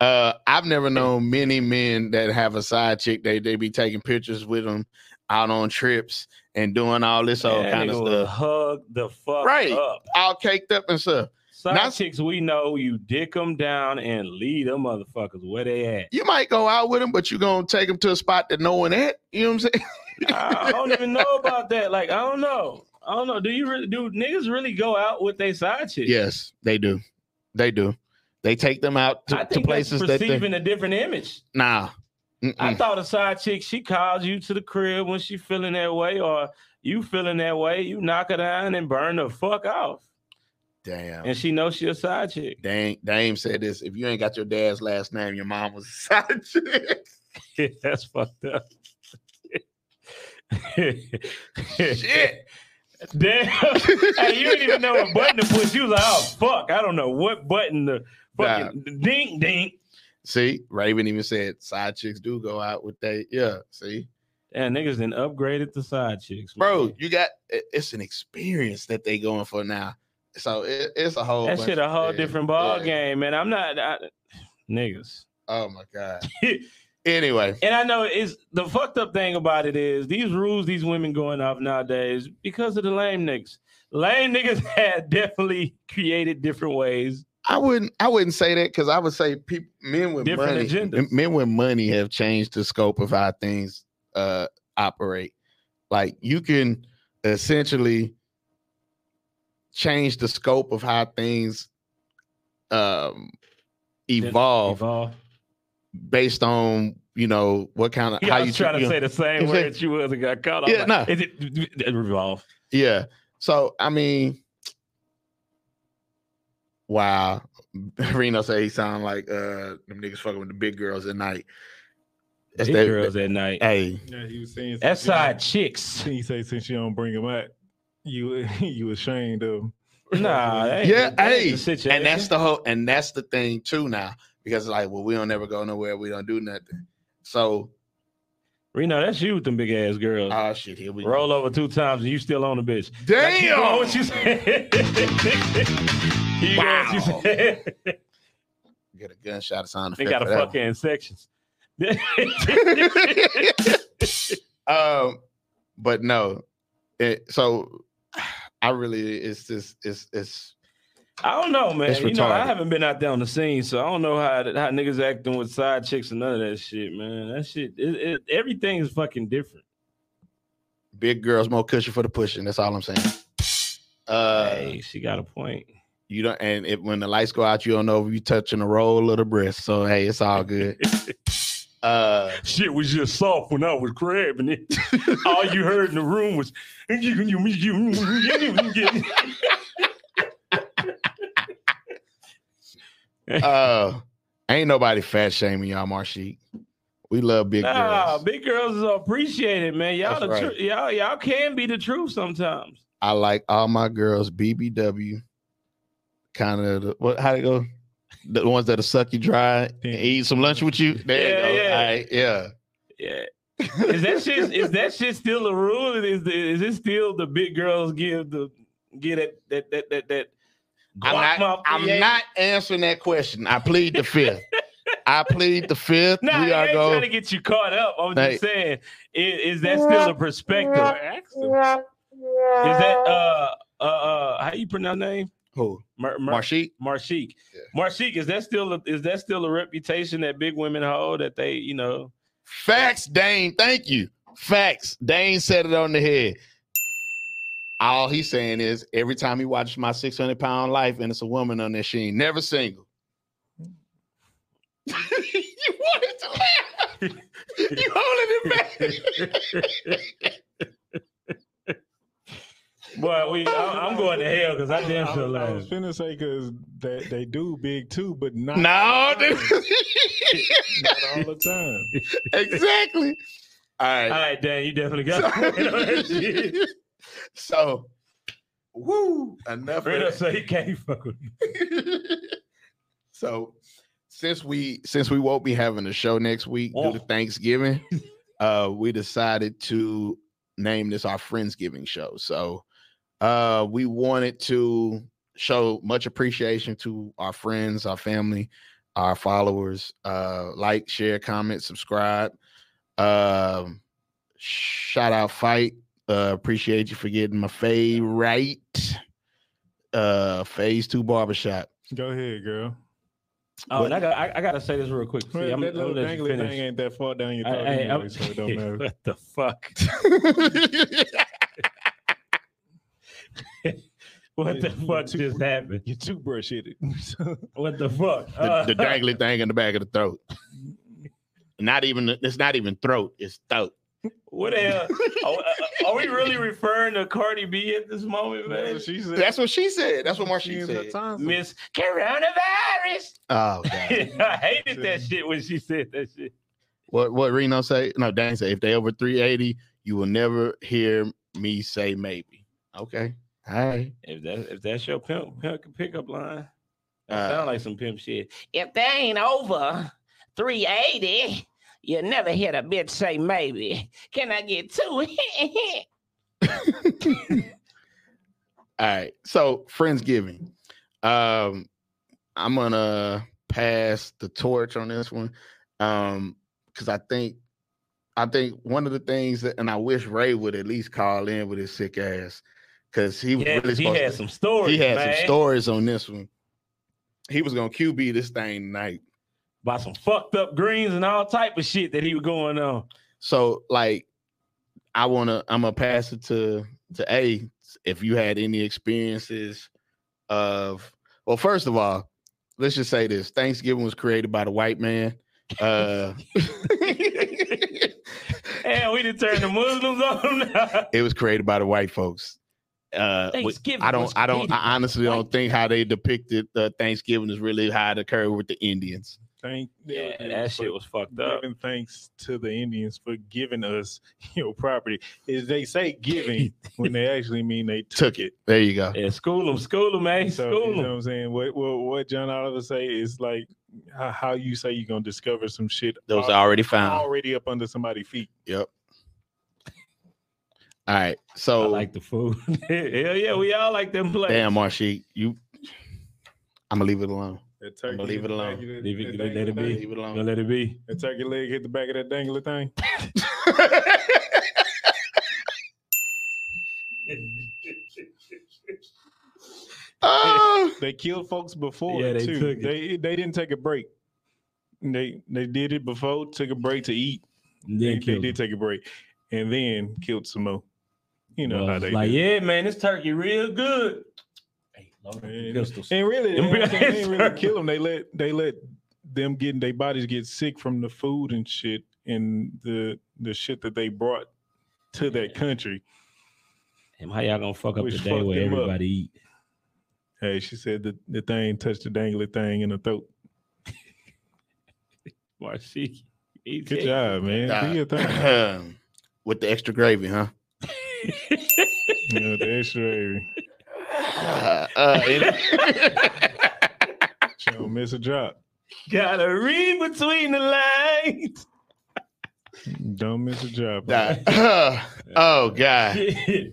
S1: Uh, I've never known many men that have a side chick. They they be taking pictures with them out on trips and doing all this old
S3: that
S1: kind of
S3: nigga was
S1: stuff,
S3: hug the fuck
S1: Right.
S3: up.
S1: all caked up and stuff.
S3: Side
S1: Not-
S3: chicks, we know you dick them down and lead them motherfuckers where they
S1: You might go out with them, but you gonna take them to a spot that no one at. You know what I'm saying?
S3: at. I don't even know about that. Like, I don't know. I don't know. Do you really do niggas really go out with their side chicks?
S1: Yes, they do. They do. They take them out to,
S3: I
S1: to
S3: think
S1: places
S3: that's
S1: that
S3: perceiving
S1: they Mm.
S3: a different image.
S1: nah.
S3: I
S1: Mm-mm.
S3: thought a side chick, she calls you to the crib when she feeling that way, or you feeling that way, you knock her down and burn the fuck off.
S1: Damn.
S3: And she knows she a side chick.
S1: Dame, Dame said this. If you ain't got your dad's last name, your mom was a side chick.
S3: that's fucked up.
S1: Shit.
S3: Damn. hey, you didn't even know what button to push. You was like, oh fuck, I don't know what button to fucking ding ding.
S1: See, Raven even said side chicks do go out with they. Yeah, see,
S3: And niggas then upgraded the side chicks,
S1: bro,
S3: man.
S1: you got it- it's an experience that they going for now. So it, it's a whole
S3: That
S1: bunch
S3: shit a
S1: of-
S3: whole
S1: yeah,
S3: different ball
S1: yeah.
S3: game, man. I'm not I, niggas.
S1: Oh my god. anyway,
S3: And I know it's the fucked up thing about it is these rules these women going off nowadays because of the lame niggas. Lame niggas had definitely created different ways.
S1: I wouldn't I wouldn't say that because I would say people men with
S3: Different
S1: money
S3: agendas.
S1: men with money have changed the scope of how things uh operate. Like you can essentially change the scope of how things um evolve
S3: Evolve.
S1: based on you know what kind of
S3: Yeah,
S1: how
S3: I
S1: you
S3: was trying to
S1: you know-
S3: say the same
S1: you say-
S3: words you was and got caught. I'm
S1: Yeah,
S3: like,
S1: nah.
S3: Is it, it revolve?
S1: Yeah. So I mean, wow. Reno say he sound like uh them niggas fucking with the big girls at night. That's
S3: Big
S1: that-
S3: girls at night.
S1: Hey,
S2: Yeah, he was saying
S3: That's
S2: since you
S3: side
S2: don't-
S3: chicks.
S2: He say since you don't bring him out, you you ashamed of.
S3: Nah. that ain't-
S1: Yeah,
S3: that ain't
S1: hey,
S3: the situation.
S1: and that's the whole and that's the thing too now because like well we don't ever go nowhere we don't do nothing. So
S3: Reno. That's you with them big ass girls.
S1: oh shit here we go.
S3: Roll over two times and you still on the bitch. Now, keep
S1: Damn.
S3: going what you said. Keep going what you
S1: Wow.
S3: said.
S1: Get a gunshot sound
S3: They
S1: effect.
S3: got a
S1: for that one.
S3: fucking sections.
S1: um, but no, it, so I really, it's just, it's, it's.
S3: I don't know, man.
S1: It's
S3: You know, I
S1: retarded.
S3: haven't been out there on the scene, so I don't know how th- how niggas acting with side chicks and none of that shit, man. That shit, it, it, everything is fucking different.
S1: Big girls, more cushion for the pushing. That's all I'm saying. Uh,
S3: hey, she got a point.
S1: you don't, and if, when the lights go out, you don't know if you touching the roll or the breast. So hey, it's all good. uh,
S3: Shit was just soft when I was grabbing it. All you heard in the room was.
S1: uh, ain't nobody fat shaming y'all, Marsheek. We love big
S3: Nah,
S1: girls.
S3: big girls is appreciated, man.
S1: That's
S3: Y'all, the
S1: right.
S3: tru- y'all, y'all can be the truth sometimes.
S1: I like all my girls BBW, kind of the, what how they go, the ones that'll suck you dry and
S2: Yeah.
S1: eat some lunch with you. There
S3: Yeah,
S1: you go.
S3: yeah.
S1: All right, yeah.
S3: Yeah. Is that shit? Is that shit still a rule? Is the, is it still the big girls give the get it that that that that? guac
S1: I'm
S3: mouth
S1: not, I'm
S3: create?
S1: not answering that question. I plead the fifth. I plead the fifth.
S3: Nah,
S1: we
S3: I
S1: are
S3: ain't
S1: going.
S3: trying to get you caught up. I'm
S1: Hey.
S3: just saying, is, is that still a perspective? Is that uh uh, uh how you pronounce name?
S1: Who?
S3: Mar- Mar-
S1: Marsheek?
S3: Marshik.
S1: Yeah.
S3: Marshik, is that still a, is that still a reputation that big women hold that they you know?
S1: Facts, Dane. Thank you. Facts. Dane said it on the head. All he's saying is every time he watches my 600 pound life and it's a woman on there, she ain't never single. you wanted to laugh. you holding it back.
S3: Well, we I, I'm going to hell because I damn
S2: I,
S3: sure
S2: was- I was
S3: laughed.
S2: finna say because they, they do big too, but not
S1: no, dude.
S2: not all the time.
S1: exactly. All right.
S3: All right, Dan, you definitely got.
S1: so, woo, enough.
S3: Straight
S1: of
S3: up
S1: that.
S3: say he can't fuck with me.
S1: so, since we since we won't be having a show next week
S3: Oh.
S1: due to Thanksgiving, uh, we decided to name this our Friendsgiving show. So, uh, we wanted to show much appreciation to our friends, our family, our followers. Uh, like, share, comment, subscribe. Um, shout out, fight. Uh, appreciate you for getting my favorite. Uh, phase two barbershop.
S2: Go ahead, girl.
S3: Oh, and I got I, I gotta say this real quick. See,
S2: Well,
S3: I'm,
S2: that
S3: I'm
S2: little
S3: gonna let you
S2: dangly thing
S3: finish.
S2: ain't that far down your
S3: I-
S2: throat
S3: I-
S2: anyway,
S3: I'm-
S2: so it don't matter.
S3: what the fuck? What the
S2: You
S3: fuck
S2: too-
S3: just happened?
S2: You're toothbrush hit it.
S3: What the fuck? Uh,
S2: Uh,
S1: the, the dangly thing in the back of the throat. Not even it's not even throat, it's throat.
S3: What the hell? Are, are we really referring to Cardi B at this moment, man?
S2: she said.
S1: That's what she said. That's what
S2: She
S1: Marsha
S2: in her
S1: said.
S2: tonsil.
S3: Miss Coronavirus.
S1: Oh God.
S3: I hated that shit when she said that shit.
S1: what what Reno say? No, Dang say if they over 380, you will never hear me say maybe. Okay. All right.
S3: If that if that's your pimp, pimp pickup line, that
S1: Uh,
S3: sound like some pimp shit.
S8: If they ain't over 380, you never hear a bitch say maybe. Can I get two?
S1: All right. So Friendsgiving. Um, I'm gonna pass the torch on this one. Um, because I think I think one of the things that and I wish Ray would at least call in with his sick ass because he was
S3: Yeah,
S1: really
S3: he
S1: supposed
S3: had
S1: to,
S3: some stories.
S1: he had
S3: man,
S1: some stories on this one. He was gonna QB this thing tonight.
S3: about some fucked up greens and all type of shit that he was going on.
S1: So like I wanna I'm gonna pass it to to A if you had any experiences of well first of all, let's just say this Thanksgiving was created by the white man. Uh
S3: And we done turned the Muslims on them now.
S1: it was created by the white folks. Uh we-
S8: Thanksgiving.
S1: I don't
S8: was
S1: I don't
S8: great.
S1: I honestly don't
S8: white
S1: think how they depicted uh, Thanksgiving is really how it occurred with the Indians.
S2: Thank
S7: Yeah, that shit was fucked up.
S2: Giving thanks to the Indians for giving us your property. Is they say giving when they actually mean they took,
S1: Took it. There you go.
S3: Yeah, school them, school them, man.
S2: So
S3: School
S2: you know what
S3: 'em.
S2: I'm saying? What what, what John Oliver say is like how, how you say you're gonna discover some shit
S1: Those
S2: al-
S1: are already found.
S2: already up under somebody's feet.
S1: Yep. All right.
S3: I
S1: So
S3: like the food. Hell yeah, we all like them plays.
S1: Oh. Damn, Marshy, you. I'm gonna leave it alone.
S2: That
S1: I'ma
S2: turkey
S1: leave
S2: hit
S1: it
S2: the
S1: alone.
S2: back of that-
S3: Leave it-
S2: that
S3: let it be.
S2: dangly thing.
S1: Leave it
S3: Gonna
S1: alone.
S3: let it be.
S2: That turkey leg hit the back of that dangler thing.
S1: Oh,
S2: They killed folks before
S3: Yeah,
S2: it,
S3: they
S2: too.
S3: took it.
S2: They they didn't take a break. They they did it before, took a break to eat. They,
S3: Then
S2: they
S3: killed
S2: did take a break, and then killed some more. You know
S3: Well,
S2: how they
S3: like,
S2: do.
S3: yeah, man, this turkey real good. Hey, load up the
S2: And,
S3: pistols.
S2: and really, they
S3: Them
S2: didn't- they
S3: guys
S2: didn't
S3: are-
S2: really kill them. They let they let them getting their bodies get sick from the food and shit and the the shit that they brought to that country.
S7: Damn, how y'all gonna fuck up
S2: Which
S7: the day
S2: fucked
S7: where
S2: them up.
S7: everybody eat?
S2: Hey, she said the, the thing touched the dangly thing in the throat.
S7: Marcy,
S2: Good job, man.
S1: Nah.
S2: Do your thing.
S1: with the extra gravy, huh?
S2: You know, the X-ray.
S1: Uh, uh, it-
S2: She don't miss a drop.
S3: Gotta read between the lines.
S2: Don't miss a drop.
S1: Nah. oh God!
S3: Shit.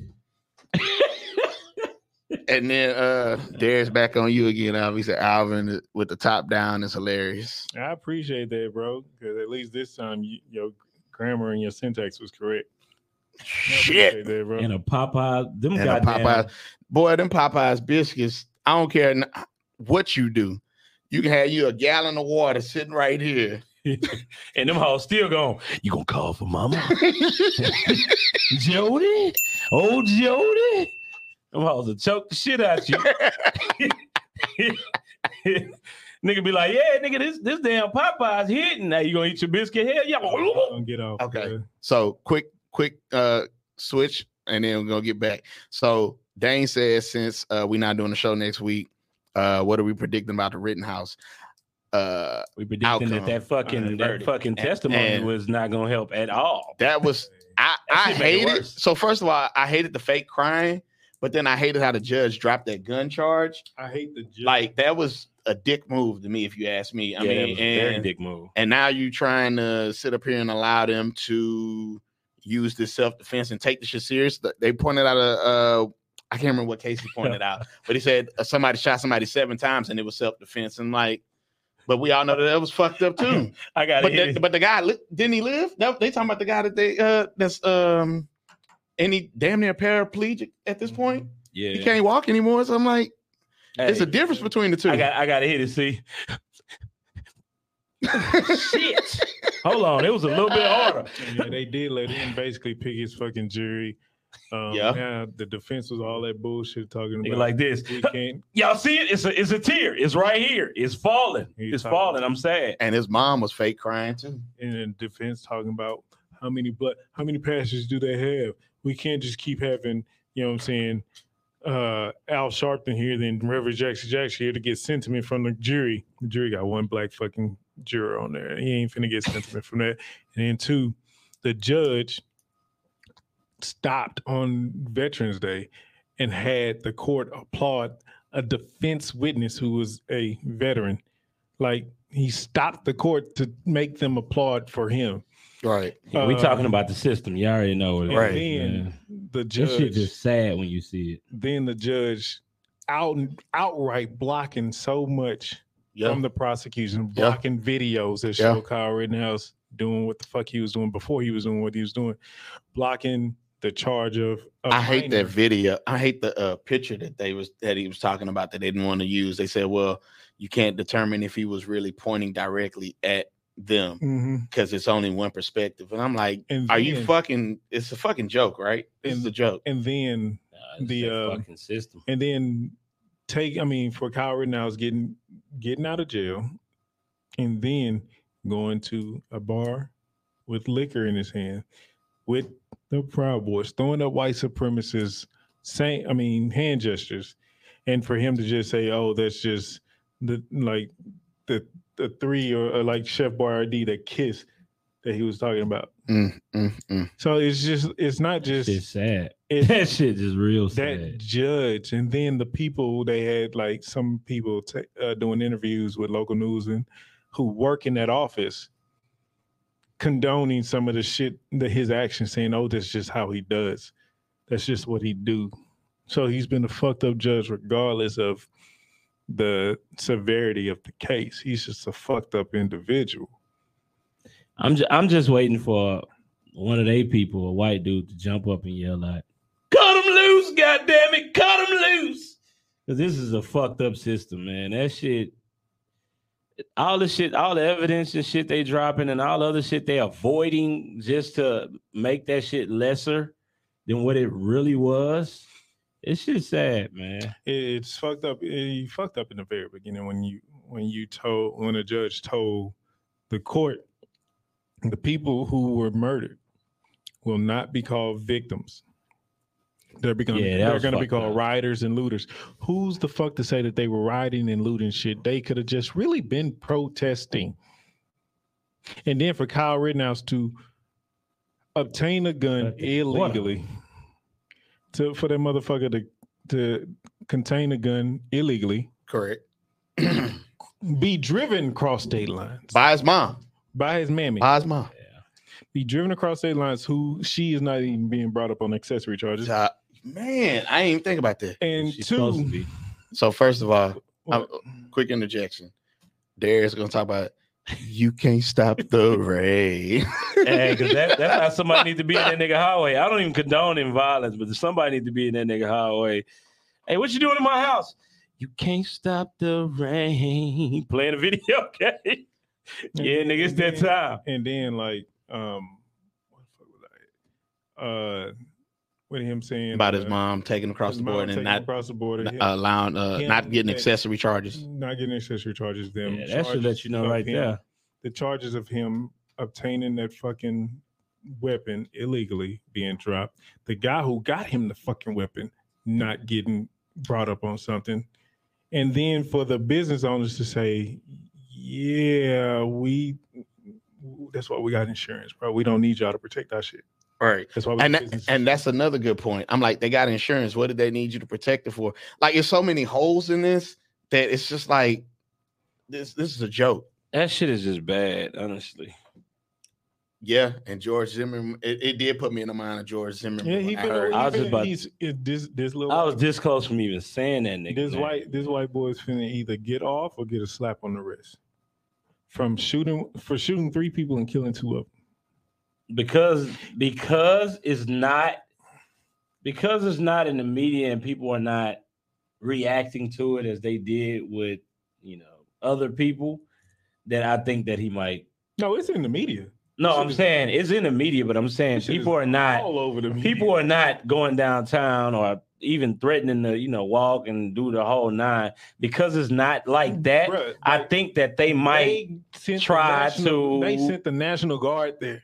S1: And then uh, Derek's back on you again. Obviously, Alvin with the top down is hilarious.
S2: I appreciate that, bro. Because at least this time you, your grammar and your syntax was correct. I
S1: Shit!
S2: appreciate That, bro.
S3: And a Popeye, them
S1: And the
S3: goddamn
S1: Popeyes, boy, them Popeyes biscuits. I don't care n- what you do. You can have you a gallon of water sitting right here.
S3: and them hoes still going. You gonna call for mama, Jody? Oh, Jody! Them hoes will choke the shit out you. nigga be like, yeah, nigga, this this damn Popeye's hitting. Now you gonna eat your biscuit? Hell yeah!
S2: Don't get off.
S1: Okay.
S2: bro.
S1: So quick, quick uh switch, and then we're gonna get back. So Dane says, since uh we're not doing the show next week, uh what are we predicting about the Rittenhouse? Uh
S3: We predicting
S1: Outcome.
S3: that that fucking that
S7: Verdict.
S3: fucking testimony
S1: and-
S3: was not gonna help at all.
S1: that was I
S3: That
S1: I
S3: shit made it
S1: hated
S3: worse.
S1: so first of all, I hated the fake crying, but then I hated how the judge dropped that gun charge.
S2: I hate the judge.
S1: Like that was a dick move to me, if you ask me. I
S3: yeah, that
S1: mean,
S3: was a very
S1: and-
S3: dick move.
S1: and now you trying to sit up here and allow them to use this self defense and take the shit serious. Th- They pointed out a uh, I can't remember what case he pointed out, but he said uh, somebody shot somebody seven times and it was self defense. And like, but we all know that that was fucked up too.
S3: I got
S1: but
S3: it.
S1: that, but the guy li- didn't he live? That, they talking about the guy that they uh that's um any damn near paraplegic at this point.
S7: Yeah,
S1: He can't walk anymore. So I'm like, there's
S3: Mm-hmm.
S1: a
S3: Hey,
S1: difference between the two.
S3: I got I got to hit it. See,
S8: Shit.
S3: hold on, it was a little bit harder.
S2: yeah, they did let him basically pick his fucking jury. Um,
S1: Yeah.
S2: now the defense was all that bullshit talking
S3: Nigga
S2: about
S3: like this.
S2: we can't.
S3: Y'all see it? It's a it's a tear. It's right here. It's falling.
S2: He's
S3: It's
S2: talking.
S3: falling. I'm sad.
S1: and his mom was fake crying too.
S2: And then defense talking about how many blood, how many passes do they have? We can't just keep having, you know what I'm saying, uh, Al Sharpton here, then Reverend Jackson Jackson here to get sentiment from the jury. The jury got one black fucking juror on there. He ain't finna get sentiment from that. And then two, the judge stopped on Veterans Day and had the court applaud a defense witness who was a veteran. Like he stopped the court to make them applaud for him.
S1: Right.
S2: Uh,
S7: we talking about the system. You already know what it
S2: and
S7: is.
S1: Right.
S2: Then
S7: man.
S2: the
S7: This shit
S2: judge,
S7: just sad when you see it.
S2: then the judge, out outright blocking so much
S1: Yeah.
S2: from the prosecution,
S1: Yeah.
S2: blocking videos that
S1: Yeah.
S2: show Kyle Rittenhouse doing what the fuck he was doing before he was doing what he was doing, blocking the charge of. a
S1: I hate
S2: minor.
S1: that video. I hate the uh, picture that they was that he was talking about that they didn't want to use. They said, "Well, you can't determine if he was really pointing directly at them
S2: Mhm.
S1: because it's only one perspective." And I'm like,
S2: And
S1: "Are you
S2: then-
S1: fucking? It's a fucking joke, right? This is
S2: And-
S1: a joke."
S2: And then
S7: Nah, it's
S2: The,
S7: that
S2: um,
S7: fucking system.
S2: and then take I mean for Kyle Rittenhouse getting getting out of jail and then going to a bar with liquor in his hand with the Proud Boys throwing up white supremacists saying I mean hand gestures and for him to just say oh that's just the like the the three or, or like Chef Boyardee that kiss that he was talking about
S1: Mm, mm, mm.
S2: so it's just it's not just
S7: Shit sad.
S2: it's-
S7: That shit just real
S2: that
S7: sad.
S2: judge and then the people they had like some people ta uh, doing interviews with local news and who work in that office condoning some of the shit that his actions saying oh that's just how he does that's just what he do so he's been a fucked up judge regardless of the severity of the case he's just a fucked up individual
S7: I'm ju- I'm just waiting for one of they people, a white dude, to jump up and yell like, "Cut him loose! God damn it! Cut him loose!"
S3: Cause this is a fucked up system, man. That shit, all the shit, all the evidence and shit they dropping, and all the other shit they avoiding just to make that shit lesser than what it really was. It's shit sad, man.
S2: It- it's fucked up. You fucked up in the very beginning when you when you told when a judge told the court the people who were murdered will not be called victims. They're becoming
S3: Yeah, that
S2: they're
S3: was
S2: going to be
S3: fucked
S2: called
S3: up.
S2: rioters and looters. Who's the fuck to say that they were rioting and looting shit? They could have just really been protesting. And then for Kyle Rittenhouse to obtain a gun
S3: But-
S2: illegally, to for that motherfucker to to contain a gun illegally,
S1: Correct.
S2: be driven across state lines by,
S1: By his mom.
S2: his mammy,
S1: By his mom.
S2: be driven across state lines. Who she is not even being brought up on accessory charges.
S1: Uh, man, I ain't even think about that.
S2: And
S3: She's supposed to
S2: two,
S3: be.
S1: So first of all, I'm- uh,
S2: What?
S1: quick interjection. Darius gonna talk about you can't stop the rain.
S7: Yeah, because that, that's how somebody needs to be in that nigga highway. I don't even condone in violence, but somebody needs to be in that nigga highway. Hey, what you doing in my house? You can't stop the rain. Playing a video game. yeah, nigga, it's that time.
S2: and then like um, what the fuck was that? Uh, with him saying
S1: about his
S2: uh,
S1: mom taking him across
S2: his
S1: the
S2: mom
S1: board and
S2: taking
S1: not
S2: across the border, him
S1: allowing, uh,
S2: him
S1: not getting
S2: and-
S1: accessory charges.
S2: not getting accessory charges. Them
S3: Yeah, that should let
S2: charges
S3: you know
S2: of
S3: right
S2: him-
S3: there.
S2: The charges of him obtaining that fucking weapon illegally being dropped. The guy who got him the fucking weapon not getting brought up on something, and then for the business owners to say, "Yeah, we." That's why we got insurance, bro. We don't need y'all to protect our shit.
S1: Right.
S2: That's why we
S1: And
S2: do
S1: that,
S2: business.
S1: and that's another good point. I'm like, they got insurance. What did they need you to protect it for? Like, there's so many holes in this that it's just like this. This is a joke.
S3: That shit is just bad, honestly.
S1: Yeah, and George Zimmerman. It, it did put me in the mind of George Zimmerman.
S2: yeah,
S1: when
S2: he
S1: I
S2: been,
S1: heard-
S2: he
S3: I was
S2: been-
S3: just about-
S2: he's, it- this this little
S3: I was this close from even saying that nigga.
S2: this
S3: man.
S2: white this white boy's finna either get off or get a slap on the wrist from shooting for shooting three people and killing two of them.
S3: because because it's not because it's not in the media and people are not reacting to it as they did with you know other people then i think that he might
S2: No, it's in the media.
S3: no
S2: Shit
S3: i'm
S2: is-
S3: saying it's in the media but i'm saying
S2: Shit is
S3: people are not
S2: all over the media.
S3: people are not going downtown or even threatening to you know walk and do the whole nine because it's not like that
S2: Bruh,
S3: i
S2: they-
S3: think that they might
S2: they sent the
S3: try
S2: national- They
S3: to-
S2: sent the national guard there.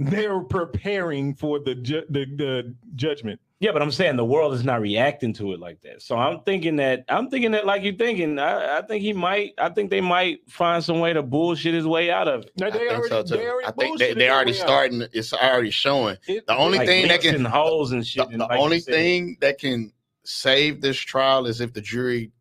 S2: They're preparing for the ju- the, the judgment.
S3: Yeah, but I'm saying the world is not reacting to it like that. So I'm thinking that I'm thinking that like you're thinking. I, I think he might. I think they might find some way to bullshit his way out of it.
S2: Now,
S1: I
S2: they
S1: think
S2: already,
S1: so
S2: they
S1: too.
S2: already
S1: I think they,
S2: bullshitted
S1: they
S2: their
S1: already
S2: way out.
S1: starting. It's already showing.
S2: It-
S1: the only
S3: Like
S1: thing that
S3: leaks
S1: can-
S3: and holes and shit.
S1: The,
S3: and
S1: the
S3: like you
S1: only
S3: said,
S1: thing that can save this trial is if the jury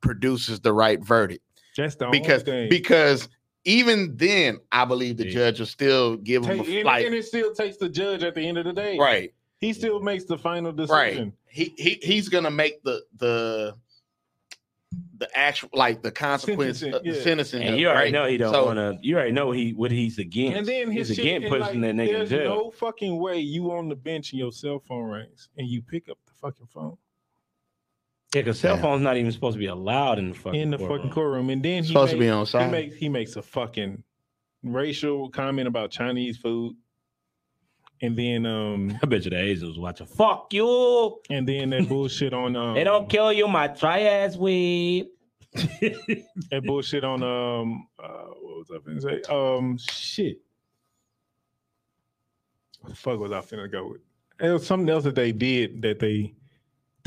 S1: produces the right verdict.
S2: That's the
S1: because
S2: only thing.
S1: because even then, I believe the
S3: Yeah.
S1: judge will still give him a
S2: Take- and, and
S1: like
S2: it still takes the judge at the end of the day.
S1: right.
S2: He still makes the final
S1: Right.
S2: decision.
S1: He he he's gonna make the the the actual like the consequence
S2: Sentencing,
S1: of the
S2: yeah.
S1: sentencing.
S3: and
S1: of-
S3: you already
S1: right?
S3: know he don't
S1: So-
S3: want to. You already know he what he's against.
S2: And then his
S3: he's
S2: shit,
S3: against
S2: and,
S3: pushing
S2: like,
S3: that nigga in
S2: there's
S3: jail.
S2: no fucking way you on the bench and your cell phone rings and you pick up the fucking phone
S3: yeah, because cell
S1: Yeah.
S3: phone's not even supposed to be allowed in the fucking
S2: in the fucking courtroom, and then
S1: It's
S2: he
S1: supposed to be
S2: makes,
S1: on
S2: he
S1: side.
S2: makes he makes a fucking racial comment about Chinese food, and then um
S3: I bet you the Asians was watching. Fuck you!
S2: and then that bullshit on um
S3: They don't kill you. My dry ass weed.
S2: that bullshit on um uh, what was I finna say um shit. What the fuck was I finna go with? It was something else that they did that they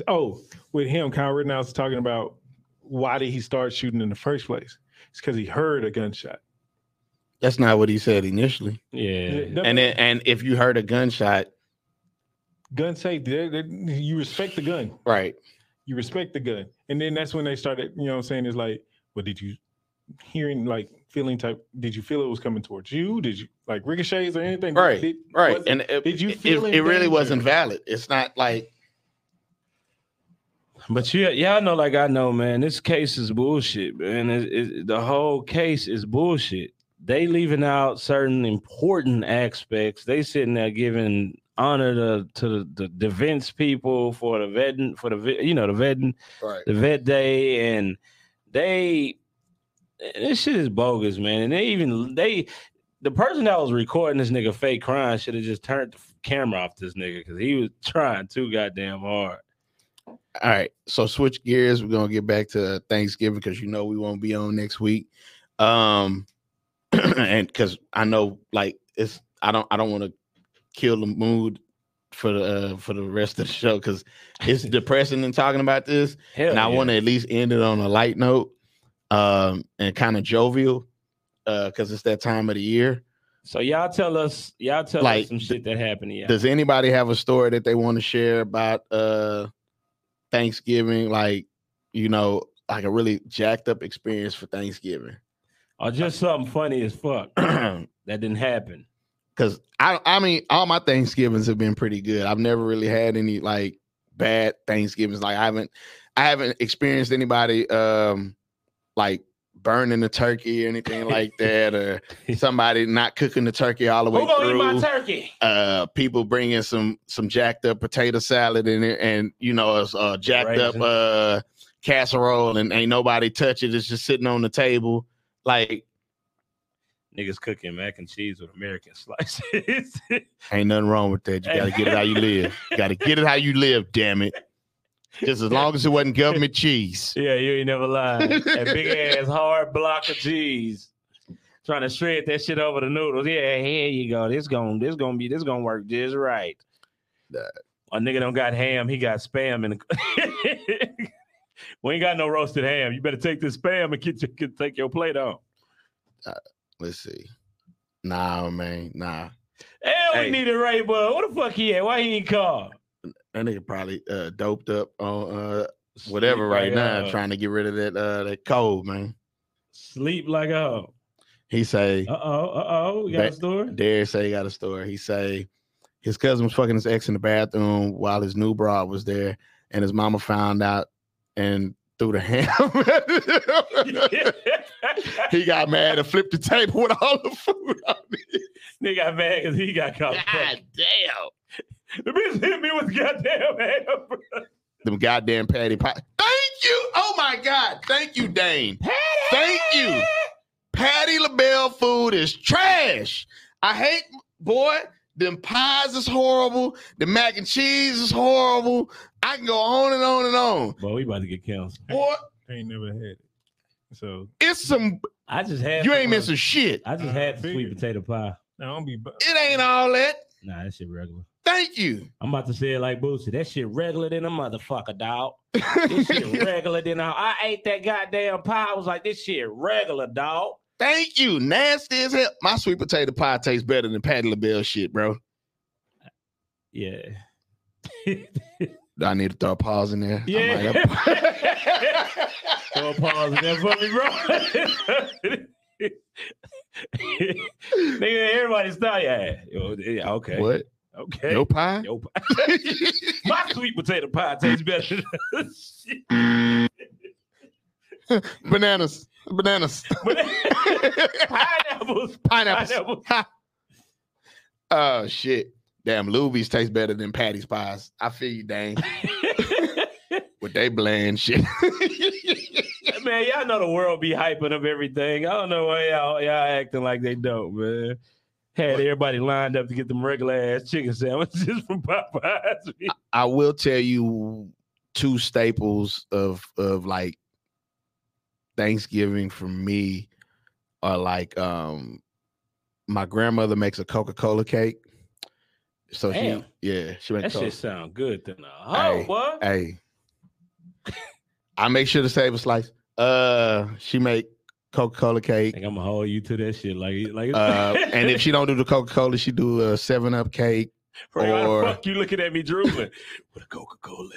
S2: oh with him Kyle Rittenhouse talking about why did he start shooting in the first place? It's because he heard a gunshot.
S1: That's not what he said initially.
S3: Yeah.
S1: And then and if you heard a gunshot,
S2: gun safety, they- they- you respect the gun.
S1: right?
S2: you respect the gun. And then that's when they started, you know what I'm saying? It's like, well, did you hearing like feeling type did you feel it was coming towards you? Did you like ricochets or anything?
S1: Right,
S2: Did-
S1: Right.
S2: was it-
S1: And it,
S2: did you
S1: it-
S2: feel
S1: it,
S2: in
S1: it really
S2: danger?
S1: wasn't valid. It's not like
S3: But you, yeah, I know, like I know, man. This case is bullshit, man. It, it, the whole case is bullshit. They leaving out certain important aspects. They sitting there giving honor the to the, the, the Vince people for the vetting for the vi- you know the vetting
S1: Right.
S3: the vet day and they this shit is bogus, man. And they even they the person that was recording this nigga fake crying should have just turned the camera off this nigga because he was trying too goddamn hard.
S1: All right. So switch gears. We're gonna get back to Thanksgiving because you know we won't be on next week. Um and because I know like it's I don't I don't want to kill the mood for the uh, for the rest of the show because it's depressing and talking about this.
S3: Hell
S1: and I
S3: yeah.
S1: want to at least end it on a light note um and kind of jovial because it's that time of the year.
S3: So y'all tell us, y'all tell
S1: Like,
S3: us some
S1: th-
S3: shit that happened to y'all.
S1: Does anybody have a story that they want to share about uh Thanksgiving? Like, you know, like a really jacked up experience for Thanksgiving.
S3: or just something funny as fuck that didn't happen.
S1: Cause I I mean, all my Thanksgivings have been pretty good. I've never really had any like bad Thanksgivings. Like I haven't I haven't experienced anybody um like burning the turkey or anything like that or somebody not cooking the turkey all the way
S9: Who gonna
S1: through.
S9: eat my turkey?
S1: uh people bringing some some jacked up potato salad in it and you know it's uh jacked
S3: Raisins.
S1: up uh casserole and ain't nobody touch it it's just sitting on the table like
S3: Niggas cooking mac and cheese with American slices.
S1: ain't nothing wrong with that you gotta get it how you live you gotta get it how you live damn it just as long as it wasn't government cheese
S3: yeah, you ain't never lied. That big ass hard block of cheese. Trying to shred that shit over the noodles. Yeah, here you go. This gonna this gonna be this gonna work just right.
S1: Nah.
S3: A nigga don't got ham, he got spam in the We ain't got no roasted ham. You better take this spam and get your, get, take your plate on.
S1: let's see nah man nah
S3: Hell,
S1: Hey.
S3: we need a Ray Bud. What the fuck he at? Why he ain't call?
S1: that nigga probably uh doped up on uh whatever
S3: Sleep
S1: right
S3: like a
S1: now
S3: hoe.
S1: trying to get rid of that uh that cold man
S3: Sleep like a hoe.
S1: he say
S3: Uh oh, uh oh. You got a
S1: Ba-
S3: story?
S1: Derek say he got a story. He say his cousin was fucking his ex in the bathroom while his new broad was there, and his mama found out and threw the ham. he got mad and flipped the table with all the food. on it.
S3: Nigga got mad because he got caught. fucking.
S1: damn!
S3: The bitch hit me with goddamn hammer.
S1: Them goddamn patty pie. Thank you. Oh my god. Thank you, Dane. Thank you. Patty LaBelle food is trash. I hate, boy, them pies is horrible. The mac and cheese is horrible. I can go on and on and on.
S3: Boy, we about to get canceled.
S1: Boy,
S2: I ain't never had it. So
S1: it's some,
S3: I just had
S1: you
S3: some
S1: ain't
S3: of-
S1: missing shit.
S3: I just had some sweet
S2: Figured.
S3: potato pie.
S2: I don't be. bu-
S1: It ain't all that.
S3: Nah, that shit regular.
S1: Thank you.
S3: I'm about to say it like Boosie. That shit regular than a motherfucker, dog. This shit regular than a. I ate that goddamn pie. I was like, this shit regular, dog.
S1: Thank you. Nasty as hell. My sweet potato pie tastes better than Patty LaBelle shit, bro.
S3: Yeah.
S1: I need to throw a pause in there. I
S3: Yeah.
S1: might have-
S3: Throw a pause in there for me, bro. Nigga, everybody stop. Yeah. Yo, yeah, Okay.
S1: what?
S3: Okay.
S1: No pie?
S3: Yo, My sweet potato pie tastes better. than- Shit.
S1: Bananas. Bananas. Pineapples.
S3: Pineapples. Pineapples.
S1: Oh shit. Damn, Luby's taste better than Patty's pies. I feel you, dang. With they bland shit.
S3: man, y'all know the world be hyping up everything. I don't know why y'all, y'all acting like they don't, man. Had everybody lined up to get them regular ass chicken sandwiches from Popeyes.
S1: I will tell you two staples of of like Thanksgiving for me are like um my grandmother makes a Coca-Cola cake. So
S3: Damn.
S1: she yeah, she
S3: That
S1: makes Coca-
S3: shit sound good than a
S1: Hey.
S3: hoe, boy.
S1: Hey, I make sure to save a slice. Uh, she make Coca Cola
S3: I
S1: cake.
S3: think I'm gonna hold you to that shit, like, like.
S1: Uh, and if she don't do the Coca Cola, she do a Seven Up cake.
S3: Bro, why the
S1: or-
S3: fuck you looking at me drooling with a Coca Cola,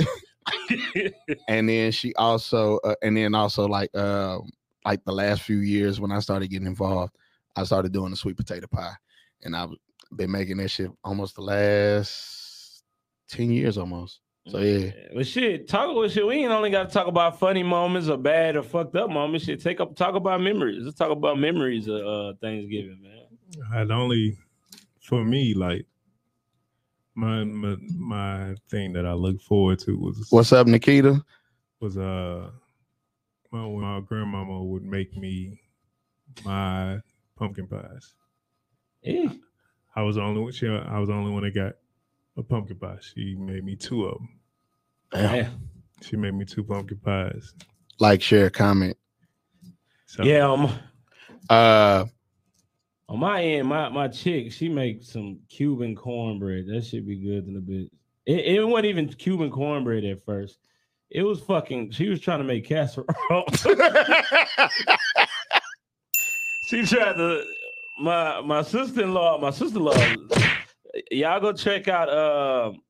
S3: nigga.
S1: And then she also, uh, and then also like, uh, like the last few years when I started getting involved, I started doing the sweet potato pie, and I've been making that shit almost the last ten years almost. So yeah,
S3: But shit, talk about shit. We ain't only got to talk about funny moments or bad or fucked up moments. Shit, take up talk about memories. Let's talk about memories of uh, Thanksgiving, man.
S2: I'd only for me like my my, my thing that I look forward to was
S1: What's up, Nikita?
S2: was uh my, when my grandmama would make me my pumpkin pies.
S3: Eh.
S2: I was the only one- she I was the only one that got a pumpkin pie. She made me two of them.
S3: Yeah.
S2: She made me two pumpkin pies.
S1: Like, share, comment.
S2: So
S3: Yeah, on my,
S1: Uh,
S3: on my end, my, my chick, she makes some Cuban cornbread. That should be good in a bit. It, it wasn't even Cuban cornbread at first. It was fucking. She was trying to make casserole. she tried to. My my sister in law, my sister in law, y'all go check out. Um,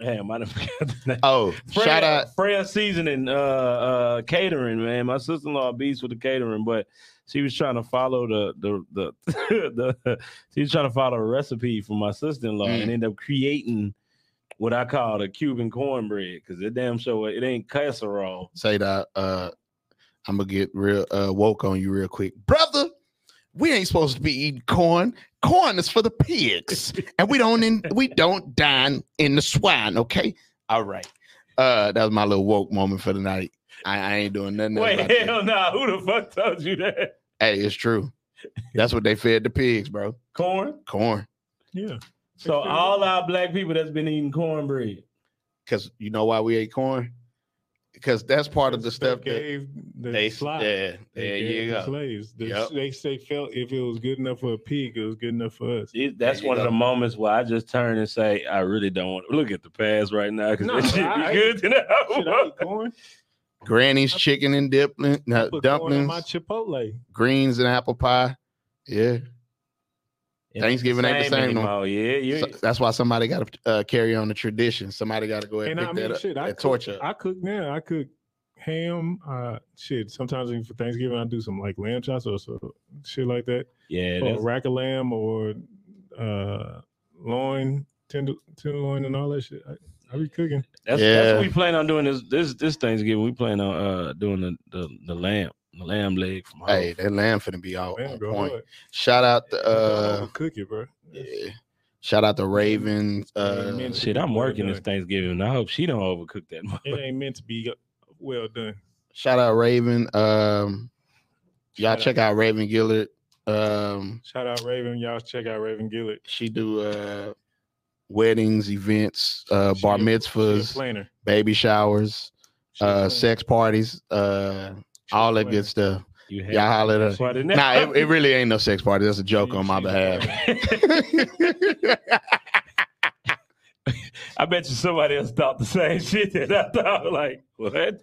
S3: damn, I done forgot the name.
S1: oh,
S3: Freya,
S1: shout out.
S3: Freya seasoning uh uh catering, man. My sister in law beats with the catering, but she was trying to follow the the the, the she was trying to follow a recipe from my sister in law
S1: Mm.
S3: and end up creating what I call the Cuban cornbread because it damn sure it ain't casserole.
S1: say that uh I'm gonna get real uh woke on you real quick. Brother, we ain't supposed to be eating corn. Corn is for the pigs. and we don't in, we don't dine in the swine, okay? All right. Uh that was my little woke moment for the night. I, I ain't doing nothing. else
S3: Wait,
S1: about that.
S3: hell no, who the fuck told you that?
S1: Hey, it's true. That's what they fed the pigs, bro.
S3: Corn.
S1: Corn.
S2: yeah.
S3: So all our black people that's been eating cornbread.
S1: Cause you know why we ate corn? Because that's part of the
S2: They
S1: stuff that
S2: gave the
S1: they
S2: slop.
S1: yeah, there
S2: They
S1: you
S2: gave the
S1: go.
S2: Slaves. The-
S1: Yep.
S2: They say felt if it was good enough for a pig, it was good enough for us.
S3: It- that's
S1: There you
S3: one of
S1: go.
S3: the moments where I just turn and say, I really don't want to look at the past right now because
S2: No,
S3: that shit
S2: I-
S3: be good to
S2: Should I
S3: know.
S2: eat corn?
S1: Granny's chicken and dumpling,
S2: I
S1: no,
S2: put corn in
S1: Uh, dumplings.
S2: my chipotle.
S1: greens and apple pie. Yeah,
S3: It
S1: Thanksgiving ain't the same no-
S3: anymore. Yeah, you
S1: So- that's why somebody got to uh, carry on the tradition. Somebody got to go ahead
S2: And
S1: and pick
S2: I mean,
S1: that
S2: shit,
S1: up.
S2: I
S1: that
S2: cook,
S1: torture.
S2: I cook now. I cook ham. Uh, shit. Sometimes even for Thanksgiving, I do some like lamb chops or so shit like that.
S3: yeah.
S2: or a
S3: that's-
S2: rack of lamb or uh, loin, tender tenderloin, and all that shit. I, I be cooking.
S3: That's, that's
S1: Yeah.
S3: what we plan on doing this this this Thanksgiving. We plan on uh doing the the, the lamb the lamb leg from home.
S1: hey, that lamb finna be all
S2: Man,
S1: on
S2: go
S1: point.
S2: hard.
S1: Shout out the
S2: Go
S1: uh,
S2: hard, cook it, bro.
S1: yeah. shout out the Ravens.
S2: Yeah,
S1: Uh,
S2: man.
S3: Shit, I'm working this Thanksgiving. and I hope she don't overcook that. much.
S2: It ain't meant to be well done.
S1: shout out Raven. Um, y'all
S2: Shout
S1: check out Raven Gillard. Um,
S2: Shout out Raven. Y'all check out Raven Gillard.
S1: she do uh weddings, events, uh,
S2: She
S1: bar
S2: a- she a
S1: mitzvahs,
S2: planner.
S1: baby showers,
S2: She a
S1: uh,
S2: planner.
S1: sex parties, uh,
S2: She a
S1: all that
S2: planner.
S1: good stuff.
S3: You have
S1: Y'all holler at her.
S3: Why didn't
S1: Nah,
S3: I-
S1: it, it really ain't no sex party. That's a joke on my
S2: She- she a
S1: behalf.
S2: planner.
S3: I bet you somebody else thought the same shit that I thought. Like what?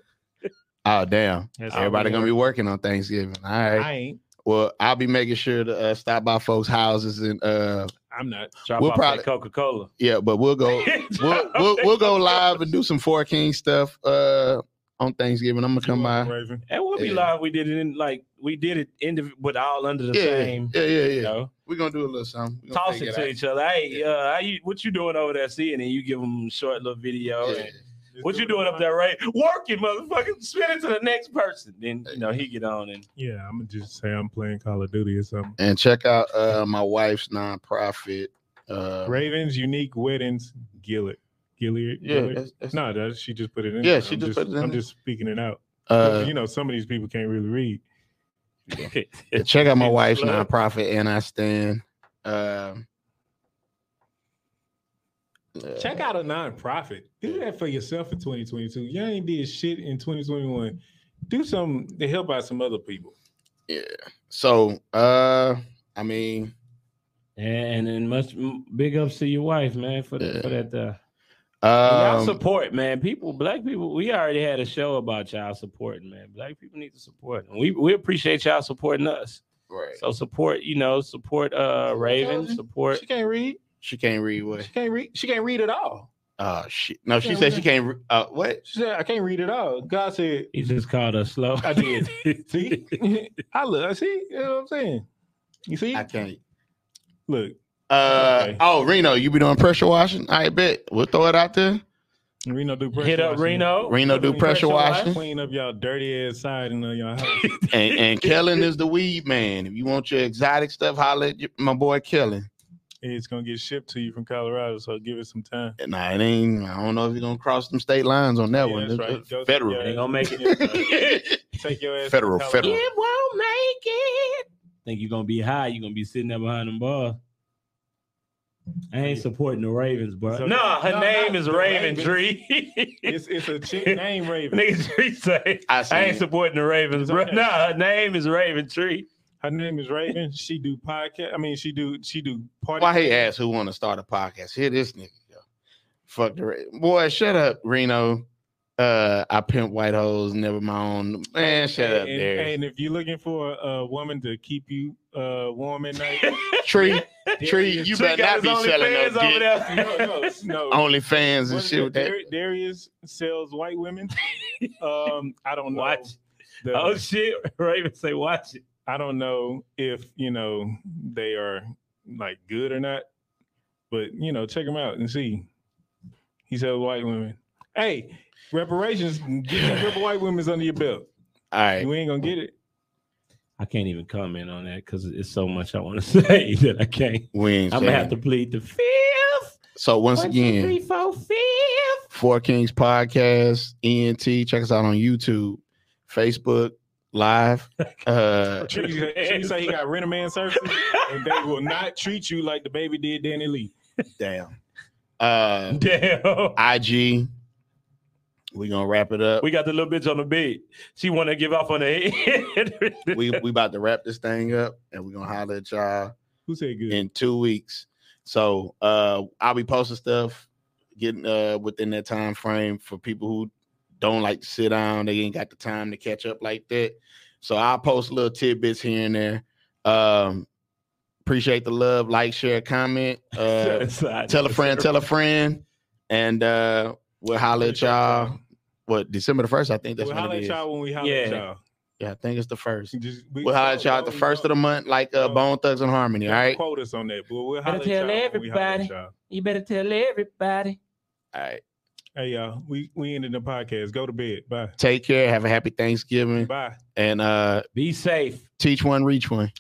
S1: oh damn!
S2: That's how
S1: Everybody
S2: we
S1: gonna
S2: work.
S1: be working on Thanksgiving. All right.
S2: I ain't.
S1: Well, I'll be making sure to uh, stop by folks' houses and uh,
S2: I'm not.
S3: Drop
S1: We'll
S3: off
S1: probably-
S3: that Coca Cola.
S1: yeah. But we'll go. We'll, we'll we'll go live and do some Four Kings stuff uh, on Thanksgiving. I'm gonna come
S2: You welcome,
S1: by.
S2: Raven.
S3: And we'll be
S1: Yeah.
S3: live. We did it in like we did it indiv- but all under the
S1: Yeah,
S3: same.
S1: yeah, yeah,
S3: You
S1: yeah.
S3: know,
S1: We're gonna do a little something. We're gonna
S3: toss
S1: figure
S3: it to
S1: out.
S3: each other. Hey, uh, how you, what you doing over there? See, and then you give them short little video.
S1: Yeah.
S3: And What you doing up there, Ray? Working, motherfucker. Spin it to the next person. Then you know he get on and
S2: Yeah, I'm gonna just say I'm playing Call of Duty or something.
S1: And check out uh, my wife's nonprofit. Uh,
S2: Ravens Unique Weddings Gillard. Gillard.
S1: Yeah,
S2: Gillard?
S1: that's- that's-
S2: No, that, she just put it in.
S1: Yeah,
S2: there.
S1: she
S2: I'm
S1: just put it in
S2: I'm
S1: there.
S2: just speaking it out.
S1: uh,
S2: you know, some of these people can't really read.
S1: Yeah, check out my
S3: It's
S1: wife's
S3: love.
S1: nonprofit and I stand. Um, uh,
S2: Check out a nonprofit. Do that for yourself in 2022. Y'all ain't did shit in 2021. Do something to help out some other people.
S1: So, uh, I mean,
S3: and and much big ups to your wife, man, for
S1: Yeah.
S3: for that. Uh, y'all
S1: um,
S3: support, man. People, black people. We already had a show about y'all supporting, man. Black people need to support, and we we appreciate y'all supporting us.
S1: right.
S3: So support, you know, support uh Raven, support.
S2: She can't read.
S1: she can't read what?
S2: She can't read. She can't read at all.
S1: Oh shit! No, she
S2: Yeah,
S1: said
S2: we-
S1: she can't. Re- uh, what?
S2: She said, I can't read at all. God said,
S3: He just called us slow.
S2: I did. see? I look, I see. You know what I'm saying? You see?
S1: I can't.
S2: Look.
S1: Uh
S2: Okay.
S1: oh, Reno, you be doing pressure washing? I bet. We'll throw it out there.
S2: Reno do pressure
S3: Hit up
S2: washing.
S3: Reno.
S1: Reno do
S2: Clean-
S1: pressure washing,
S2: Clean up y'all dirty ass side and uh, y'all house.
S1: and and Kellen is the weed man. If you want your exotic stuff, holla at your- my boy Kellen.
S2: it's gonna get shipped to you from Colorado, so give it some time.
S1: Nah, it ain't. I don't know if you're gonna cross them state lines on that
S2: Yeah,
S1: one.
S2: that's right.
S1: It's-
S2: Go
S1: it's
S2: take
S1: Federal.
S2: your
S3: They
S2: ass-
S3: gonna make it.
S2: yeah, Take your ass to
S1: Federal,
S2: Colorado.
S1: federal.
S7: It won't make it. Think you're gonna be high. You're gonna be sitting there behind them bars. I ain't supporting the Ravens, bro.
S2: So-
S3: No, her
S2: No,
S3: name
S2: not
S3: is
S2: the
S3: Raven
S2: Ravens.
S3: Tree.
S2: It's it's a chick named Raven.
S3: Nigga Tree say,
S1: I,
S3: I ain't
S1: ain't
S3: supporting the Ravens, bro.
S2: Okay.
S3: No, her name is Raven Tree.
S2: Her name is Raven. She do podcast. I mean, she do she do party.
S1: Why he asked who want to start a podcast? Here, this nigga. Yo. Fuck the Ra- boy. Shut up, Reno. Uh, I pimp white hoes. Never my own. Man, shut up,
S2: and,
S1: there.
S2: and if you're looking for a woman to keep you uh, warm at night,
S1: Tree, Tree, you
S3: Tree
S1: better
S3: got
S1: not
S3: his
S1: be selling
S3: OnlyFans
S1: no
S3: over
S1: dick.
S3: there.
S2: no, no, no.
S1: Only fans
S2: What
S1: and
S2: is
S1: shit
S2: it?
S1: with that.
S2: Dar- Darius sells white women. Um, I don't know.
S3: Watch.
S2: the-
S3: Oh shit, Raven say, watch it.
S2: I don't know if you know they are like good or not, but you know, check him out and see. He sells white women. Hey, reparations. Get some rip- white women's under your belt.
S1: All right.
S2: You ain't gonna get it.
S7: I can't even comment on that because it's so much I want to say that I can't.
S1: We ain't
S7: I'm gonna have
S1: saying-
S7: to plead the fifth.
S1: So once
S7: One, two,
S1: again,
S7: three, four, fifth.
S1: Four Kings Podcast, ENT. Check us out on YouTube, Facebook, live. Uh
S2: Treat you, treat you say he got rent a man services, and they will not treat you like the baby did Danny Lee.
S1: damn. Uh
S3: Damn.
S1: IG. We're gonna wrap it up.
S3: We got the little bitch on the beat. She want to give up on the head.
S1: We we about to wrap this thing up and we're gonna holler at y'all
S2: Who said good?
S1: in two weeks. So uh I'll be posting stuff getting uh within that time frame for people who don't like to sit down, they ain't got the time to catch up like that. So I'll post little tidbits here and there. Um appreciate the love, like, share, comment. Uh tell a friend, tell a friend, and uh we'll holler at y'all. What December the first, I think that's
S2: We'll
S1: when
S2: holler
S1: it
S2: at
S1: is.
S2: y'all when we holler at
S3: Yeah.
S2: y'all.
S1: Yeah, I think it's the first.
S2: Just,
S1: We'll holler at y'all at the first of the month, like uh
S2: Oh.
S1: Bone Thugs and Harmony. All right. All
S2: Quote us on that, but we'll holler
S7: Better
S2: at y'all.
S7: tell
S2: when we holler at
S7: everybody.
S2: y'all.
S7: You better tell everybody.
S1: right.
S2: Hey y'all, we we ended the podcast. Go to bed. Bye.
S1: Mm. Take care. Have a happy Thanksgiving.
S2: Bye.
S1: And uh
S7: Be safe.
S1: teach one, reach one.